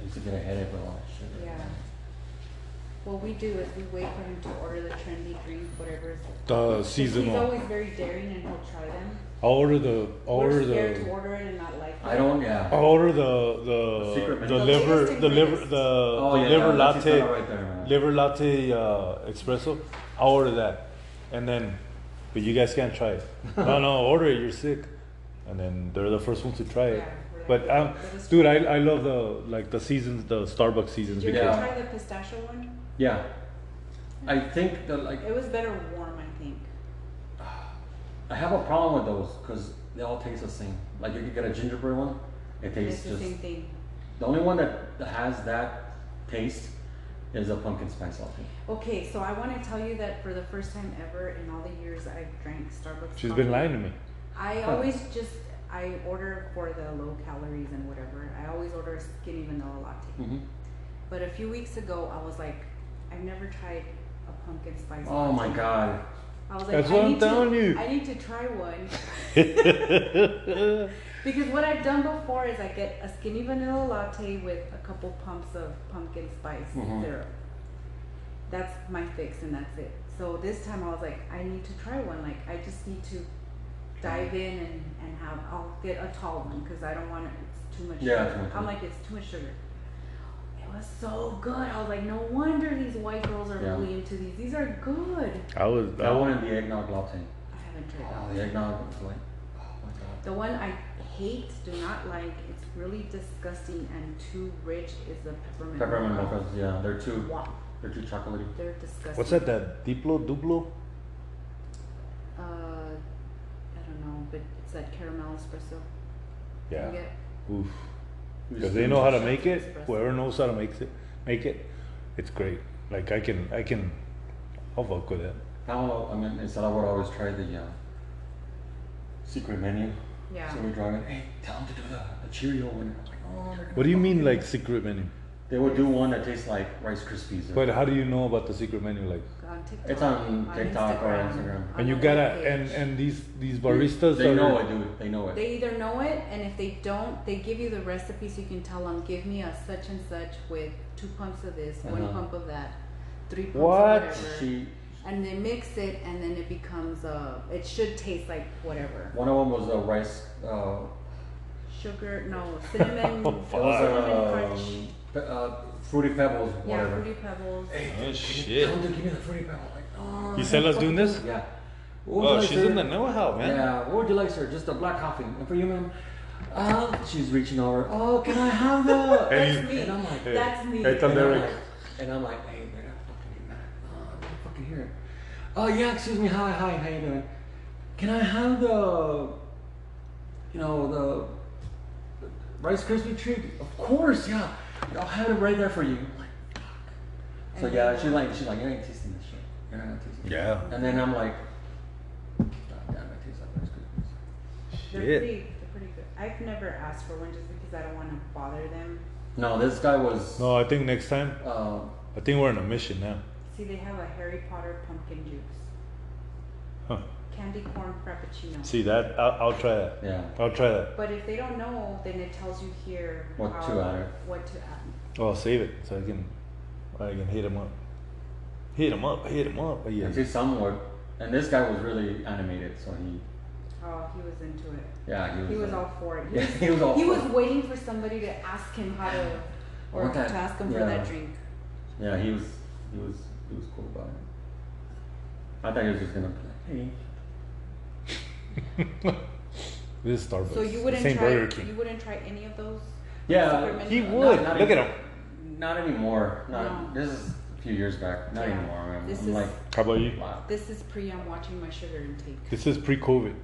I used to get a headache with all that shit.
Yeah. What we do is we wait for him to order the trendy drink, whatever. is-
The
'cause He's
seasonal.
always very daring and he'll try them.
I'll order the I'll
We're
order
scared to
the
order it and not like it.
I don't. Yeah.
I'll order the
The
the
secret menu.
the
The
liver
biggest
the liver
ingredient.
the
oh
the
yeah.
liver
yeah, that's
latte
Italian Right there, man.
liver latte uh, espresso. I'll order that, and then but you guys can't try it. no, no, order it. You're sick, and then they're the first ones to try it.
Yeah, we're like,
But um,
"Let us
dude, I, I love the like the seasons the Starbucks seasons
Did you
because
ever
Yeah.
try the pistachio one?
Yeah. I think that like
It was better warm, I think.
I have a problem with those because they all taste the same. Like you could get a gingerbread one, it
It's
tastes
the
just
same thing.
the only one that that has that taste is a pumpkin spice latte.
Okay, so I want to tell you that for the first time ever in all the years I've drank Starbucks.
she's
coffee,
been lying to me.
I always just I order for the low calories and whatever. I always order a skinny vanilla latte.
Mm-hmm.
But a few weeks ago, I was like, I've never tried a pumpkin spice.
Oh my god!
I was like,
That's
I
what I'm
need to-
telling you.
I need to try one. because what I've done before is I get a skinny vanilla latte with a couple pumps of pumpkin spice
Mhm.
syrup. That's my fix, and that's it. So this time I was like, I need to try one. Like I just need to dive in and, and have. I'll get a tall one because I don't want it. It's too much.
Yeah,
sugar.
too much
I'm
sugar.
like it's too much sugar. It was so good. I was like, no wonder these white girls are
Yeah.
really into these. These are good.
I was uh, I
That
was,
one and the eggnog latte.
I haven't tried that.
Oh, the eggnog was like, oh my god!
The one I hate, do not like, it's really disgusting and too rich is the peppermint.
Peppermint
mocha.
mochas, yeah, they're too
Wow,
they're too chocolatey.
they're disgusting.
what's that that Diplo Duplo?
Uh, I don't know, but it's that caramel espresso. you
Yeah,
get.
oof.
We
Because
used
they
to-
know how to make it. Whoever knows how to make it, make it, it's great. Like I can I can, I'll fuck with it.
Pamela, I mean, instead I would always try the uh, secret menu.
Yeah.
So we drive in. Hey, tell them to do the, the Cheerio one. I'm like, oh, they're gonna
What do you mean
fucking-
like secret menu?
They would do one that tastes like Rice Krispies. or-
But how do you know about the secret menu? Like,
on TikTok.
It's on TikTok or Instagram.
and you
the
gotta
webpage.
and and these these baristas
They
are,
know it, dude. They know it.
They either know it, and if they don't, they give you the recipe so you can tell them, give me a such and such with two pumps of this, one
Uh-huh.
pump of that, three pumps
What?
of whatever.
She,
and they mix it and then it becomes a it should taste like whatever
one of them was a rice. Uh,
sugar no cinnamon
*laughs* Oh,
it
fuck.
was
cinnamon
a um,
crunch
uh, fruity pebbles,
yeah
whatever.
fruity pebbles
Hey,
Oh,
dude,
shit.
Tell them to give me the fruity pebble. Like, oh,
You sell us doing this?
Yeah. What would you
Oh,
like,
she's
sir?
in the know-how, man.
Yeah. What would you like, sir? Just a black coffee. And for you, ma'am. Uh, she's reaching over. Oh, can I have that?
Hey,
me.
and I'm like,
Hey.
that's me
Hey, tell
And I'm
Derek.
like- And I'm like, hey, they're not fucking getting mad. Oh, I'm fucking here. Oh yeah, excuse me. Hi, hi, how you doing? Can I have the, you know, the Rice Krispie treat? Of course, yeah. I'll have it right there for you. I'm like, fuck. So
And
yeah,
then-
she's like, she's like, you ain't tasting this shit. You're not tasting. it."
yeah,
And then I'm like, God damn, it tastes like Rice Krispies.
they're
Shit.
pretty they're pretty good i've never asked for one just because i don't want to bother them
No, this guy was.
No, I think next time.
Uh,
I think we're on a mission now.
see they have a harry potter pumpkin juice
Huh.
candy corn frappuccino
See that? I'll, I'll try that.
yeah.
I'll try that.
but if they don't know then it tells you here
What
how,
to add.
what to add
Oh, I'll save it so I can I can hit him up. Hit him up. Hit him up. Yeah.
Yeah. It's somewhat. And this guy was really animated, so he.
oh he was into it
Yeah, he was.
He was
uh,
all for
*laughs*
it. He,
Yeah,
was,
he was all.
he
for
was
it.
waiting for somebody to ask him how to, or
Okay.
to ask him for
Yeah.
that drink.
Yeah, he was. He was. He was cool about it. I thought he was just gonna play. Hey.
This is Starbucks.
So you wouldn't
Same
try
Burger King.
you wouldn't try any of those.
Yeah,
Superman-
He
Not-
would.
not
Look
even-
at him.
not anymore.
No.
Not this is a few years back. Not
Yeah.
anymore. man. I'm,
This is-
like,
How about you?
wow.
This is pre. I'm watching my sugar intake.
This is pre-COVID.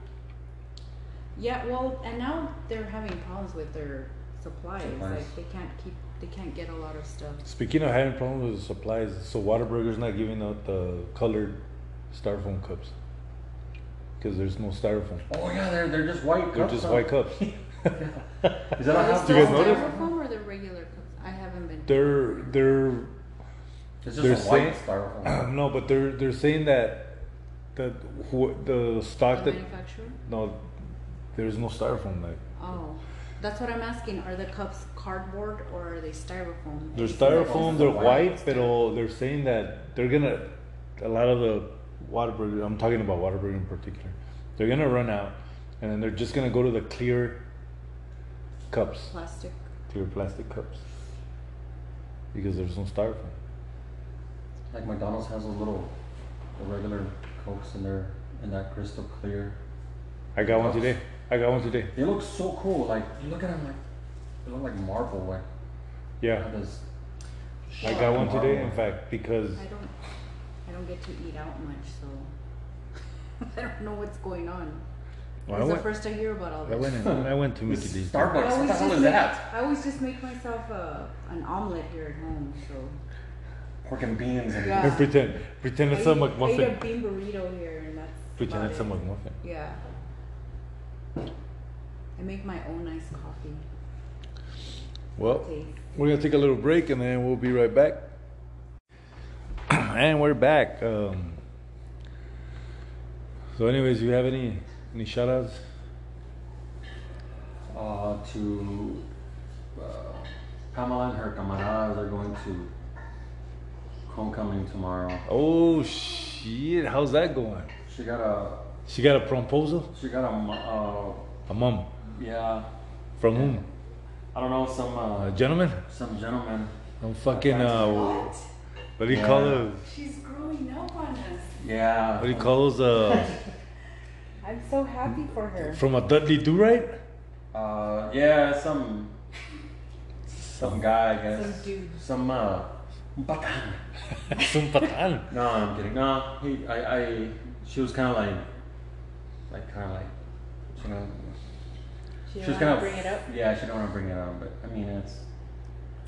Yeah, well, and now they're having problems with their supplies.
Supplies.
Like they can't keep, they can't get a lot of stuff.
Speaking of having problems with supplies, so Whataburger's not giving out the colored styrofoam cups because there's no styrofoam.
Oh yeah, they're they're just white.
They're
cups
just
now.
white cups.
Is that
Are
a
they
house?
Do you guys
still
notice?
styrofoam or the regular cups? I haven't been.
*laughs* They're they're *clears throat*
It's
They're
just a
saying-
white styrofoam.
no, but they're they're saying that that who, the stock
the
that
manufacturer.
no, there's no styrofoam. Like
Oh, that's what I'm asking. Are the cups cardboard or are they styrofoam?
they're
And it's like-
styrofoam, they're
White.
white, but they're saying that they're gonna a lot of the Whataburger. I'm talking about Whataburger in particular. They're gonna run out, and then they're just gonna go to the clear cups.
Plastic.
clear plastic cups because there's no styrofoam.
Like McDonald's has a little, the regular cokes in there, in that crystal clear.
I got one today. I got one today.
They look so cool. Like you look at them, like they look like marble. Like
Yeah,
this.
I got one today. In fact, because
I don't. I don't get to eat out much, so *laughs* I don't know what's going on.
Well, I
it's the
went.
first I hear about all
I
this.
went. In, I went to
This
Mickey D's.
I
Starbucks. What
always
the hell
Oh, just
is
make-
that?
I always just make myself a, an omelet here at home. So
Pork and beans. And
Yeah.
And pretend, pretend it's
I
a
eat- I eat a
McMuffin.
bean burrito here, and that's
Pretend
about
it's
it.
a McMuffin.
Yeah. I make my own nice coffee.
Well,
Taste.
we're gonna take a little break and then we'll be right back. *clears throat* and we're back. Um, so, anyways, you have any any shout outs?
uh, to uh, Pamela and her camaradas are going to homecoming tomorrow.
Oh shit! How's that going?
She got a
She got a proposal.
she got a mo-
A mom
uh, yeah
from whom?
I don't know some
A
uh,
gentleman.
some gentleman
I'm fucking uh,
What?
what do you call
Yeah.
those?
She's growing up on us.
What do you
yeah
call those? Uh,
I'm so happy for her.
from a Dudley Do Right? *laughs*
uh, yeah some some guy I guess
Some dude.
some uh batan
Some patan.
no I'm kidding no he I, I she was kind of like like kind of like she was
She
she was
didn't
kind
want
of
to bring it up.
yeah she don't want to bring it up but I mean it's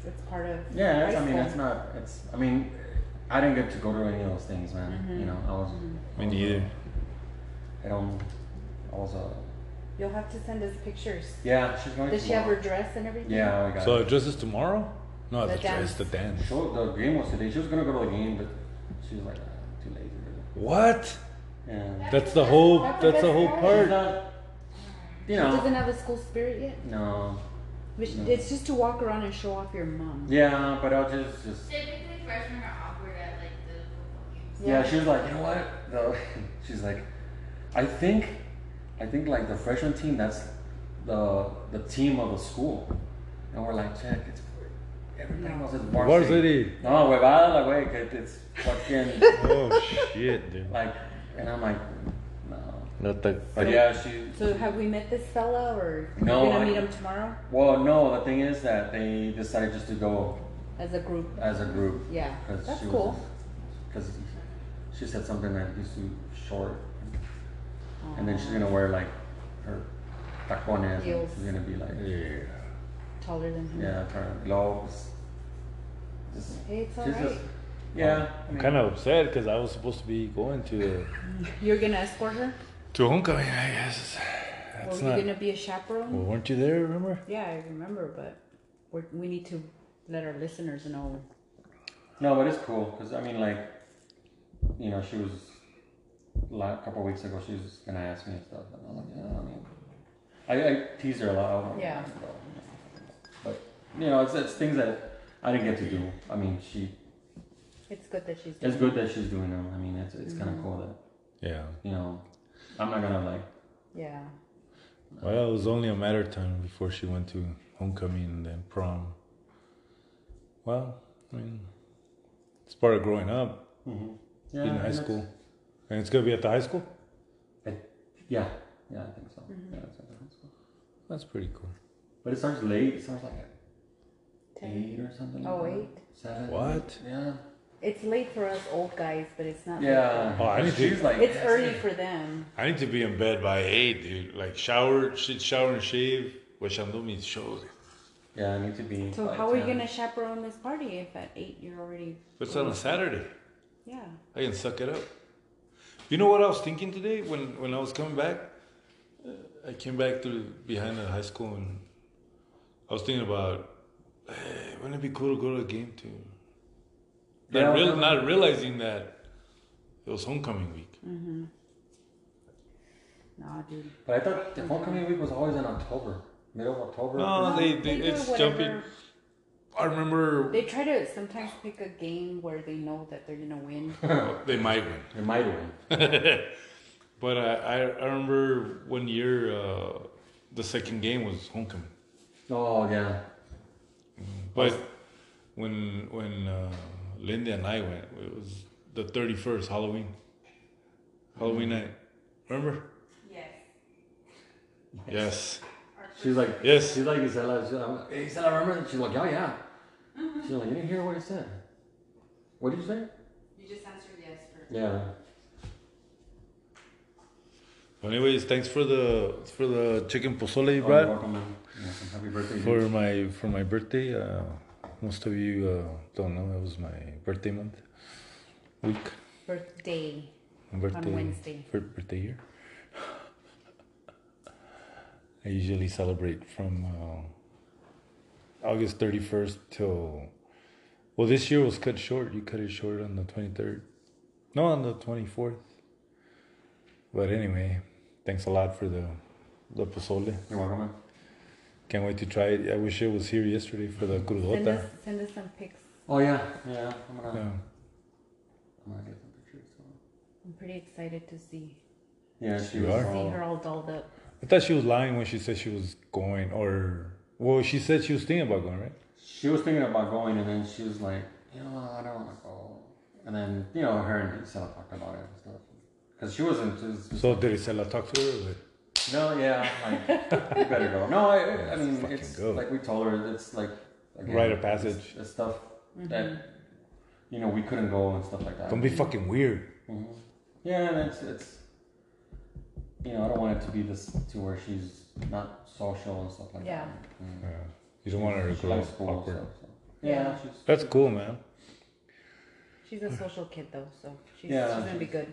It's part of.
Yeah, it's, I
high
mean,
school.
it's not. It's. I mean, I didn't get to go to any of those things, man.
Mm-hmm.
You know, I was.
Me neither.
I don't. I was. Uh,
You'll have to send us pictures.
yeah, she's going.
Does she have
tomorrow.
her dress and everything?
Yeah, we got.
So
it.
the dress is tomorrow? No,
The
the, dress,
dance.
the dance.
So the game was today. She was gonna go to the game, but she was like ah, too lazy.
What?
Yeah.
That's the whole. That's the whole
She's
part.
not. You
She
know.
doesn't have a school spirit yet.
No.
But she- It's just to walk around and show off your mom.
Yeah, but I'll just just.
Typically, freshmen are awkward at like the football games.
Yeah, she was like, you know what? The, *laughs* she's like, I think, I think like the freshman team, that's the the team of the school, and we're like, check, it's everybody else is varsity.
Varsity.
No, we're out of the way, 'cause it's fucking *laughs*
Oh shit, dude.
like, and I'm like, no.
Not the.
But yeah, she.
So have we met this fella, or
No,
we're gonna
I-
meet him tomorrow
Well, no, the thing is that they decided just to go
as a group?
as a group.
Yeah,
'cause
that's
she was-
cool.
Cause she said something like he's too short, and then she's gonna wear like her tacones.
Heels.
and She's gonna be like,
Yeah.
Taller than him.
yeah, her gloves. Just-
Hey, it's
she's
alright.
just- yeah. I
I'm
mean,
kind of upset because I was supposed to be going to
You're gonna escort her,
to homecoming. I guess.
or
That's
you're
not.
gonna be a chaperone?
Well, weren't you there? Remember?
Yeah, I remember, but we're, we need to let our listeners know.
No, but it's cool because I mean, like, you know, she was a couple of weeks ago. She was gonna ask me and stuff, and I was like, yeah, I mean, I, I tease her a lot. I don't
Yeah.
know. But you know, it's, it's things that I didn't get to do. I mean, she.
It's good that she's.
It's good that she's doing them. I mean, it's it's
Mm-hmm.
kind of cool that
Yeah.
you know. I'm not gonna like.
Yeah.
Well, it was only a matter of time before she went to homecoming and then prom. Well, I mean, it's part of growing up
Mm-hmm.
in high school. And it's gonna be at the high school.
Yeah, yeah, I think so.
Mm-hmm.
Yeah, that's what it's called.
That's pretty cool.
But it starts late. It starts like at eight or something.
Oh,
like that.
eight?
Seven.
What?
Yeah.
It's late for us old guys, but it's not. late
Yeah.
Oh, I need to-
She's like,
for- It's
yeah,
early
she's-
for them.
I need to be in bed by eight, dude. Like shower, shit, shower and shave. Which I'm doing these shows.
Yeah, I need to be.
So
by
how are you
10.
gonna chaperone this party if at eight you're already?
But it's on a Saturday.
Yeah.
I can suck it up. You know what I was thinking today when, when I was coming back? Uh, I came back through behind the high school and I was thinking about, hey, wouldn't it be cool to go to a game too? Not,
Yeah,
real,
no,
not realizing that it was homecoming week.
Nah, dude.
But I thought the homecoming week was always in October, middle of October.
No, they, they,
do
it's
whatever-
jumping. I remember
They try to sometimes pick a game where they know that they're gonna win.
they might win.
It might win.
*laughs* But I, I, I remember one year uh, the second game was homecoming.
Oh yeah.
But when when uh, Linda and I went, it was the thirty first Halloween. Halloween night. Remember?
Yes.
Yes.
Our
She's like
Yes.
She's like Isela. She's like, hey, Isela, remember? She's like, oh yeah.
Mm-hmm.
She's like, you didn't hear what I said. What did you say?
first- You just answered yes first.
Yeah.
Anyways, thanks for the for the chicken pozole you
Oh,
brought
welcome, man. Welcome. Happy birthday. dude.
for my for my birthday. Uh, most of you uh, don't know it was my birthday month week.
Birthday.
My Birthday,
Wednesday.
fir- birthday year. *laughs* I usually celebrate from uh, August 31st till. Well, this year was cut short. You cut it short on the 23rd. No, on the 24th. But anyway, thanks a lot for the, the pozole.
You're welcome, man.
Can't wait to try it. I wish it was here yesterday for the
Send us,
crudota.
send us some pics.
Oh yeah, yeah. I'm gonna,
Yeah.
I'm gonna get some pictures. So.
I'm pretty excited to see
Yeah, she
You
was.
are?
see
all-
her all dolled up.
I thought she was lying when she said she was going, or. Well, she said she was thinking about going, right?
She was thinking about going, and then she was like, you know, I don't want to go. And then you know, her and Isela talked about it and stuff. Cause she wasn't. She was,
So did Isela talk to her? Or what?
No, yeah, like *laughs* you better go. No, I, I mean,
Fucking
it's
go.
like we told her it's like again,
Rite of passage.
It's, it's stuff
Mm-hmm.
that you know we couldn't go and stuff like that.
Don't be fucking weird.
Mhm. Yeah, and it's it's you know I don't want it to be this to where she's not social and stuff like
Yeah.
that. Mhm.
Yeah. You don't want her to
She
grow
likes
up
school and
awkward.
stuff, so. Yeah, she's
That's cool, man.
She's a social kid though, so she's,
Yeah.
she's gonna be good.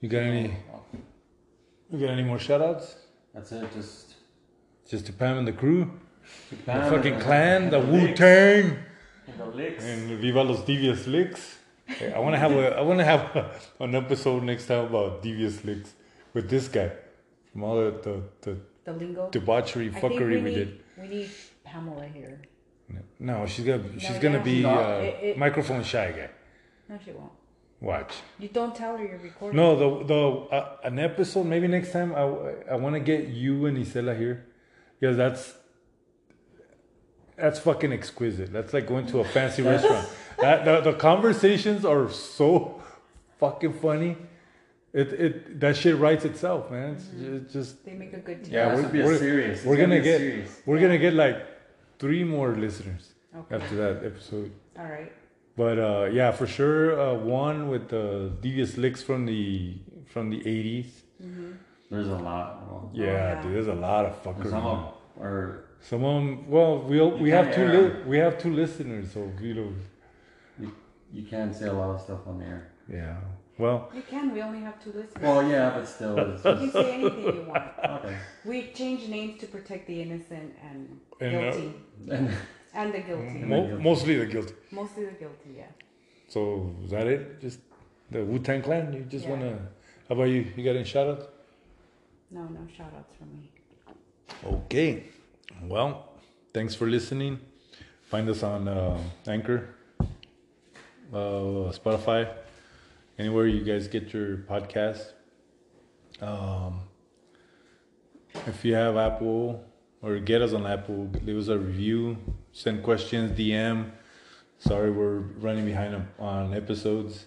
You got any? You got any more shoutouts?
That's it. Just
Just to Pam and the crew, the
Pam
fucking
and-
clan,
and
the Wu
Licks,
Tang,
and the licks.
and Viva los Devious Licks. Hey, I want to have a, I want to have an episode next time about devious licks with this guy from all the the, the
The lingo.
debauchery
I think
fuckery
we
we,
need
did.
we need Pamela here.
No, she's gonna she's
No,
gonna
yeah.
be
No,
uh,
it- it-
microphone shy guy.
No, she won't.
Watch.
You don't tell her you're recording.
No, the the uh, an episode maybe next time. I I want to get you and Isela here because that's that's fucking exquisite. That's like going to a fancy restaurant. That the, the conversations are so fucking funny. It it that shit writes itself, man. It's, it's just
They make a good team.
Yeah,
Yeah, this
we're-
would be a
we're-
series. It's
we're
gonna
gonna
be
get
a series.
we're gonna get like three more listeners
Okay.
after that episode.
All right.
But uh, yeah, for sure, uh, one with the devious licks from the from the 80s
Mm-hmm.
There's a lot. Well,
Yeah,
Oh, yeah.
dude, there's a lot of fuckers.
Some
man.
of or
Some of 'em- well, we all-
You
we have
can't
two
air
li- we have two listeners, so you know.
you, you can say a lot of stuff on the air.
Yeah. Well,
You can. We only have two listeners.
Well, yeah, but still, it's just,
*laughs*
you say anything you want.
okay.
We change names to protect the innocent and
And, Mm-hmm. uh,
guilty.
And
and the guilty.
mo- mostly the guilty.
Mostly the guilty, yeah.
So is that it? Just the Wu Tang Clan. You just
Yeah.
wanna. How about you? You got any shout outs?
No, no shout outs from me.
Okay. Well, thanks for listening. Find us on uh, Anchor, uh, Spotify, anywhere you guys get your podcasts. Um, if you have Apple or get us on Apple, leave us a review, send questions, DM. Sorry, we're running behind on- on episodes.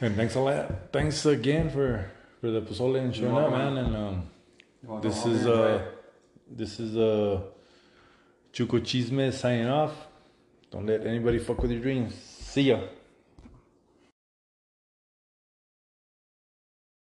And thanks a lot. Thanks again for for the pozole and showing up,
welcome.
man. And um,
You wanna
this
go out
is
there and try
uh,
it?
this is uh, Chuco Chisme signing off. Don't let anybody fuck with your dreams. See ya.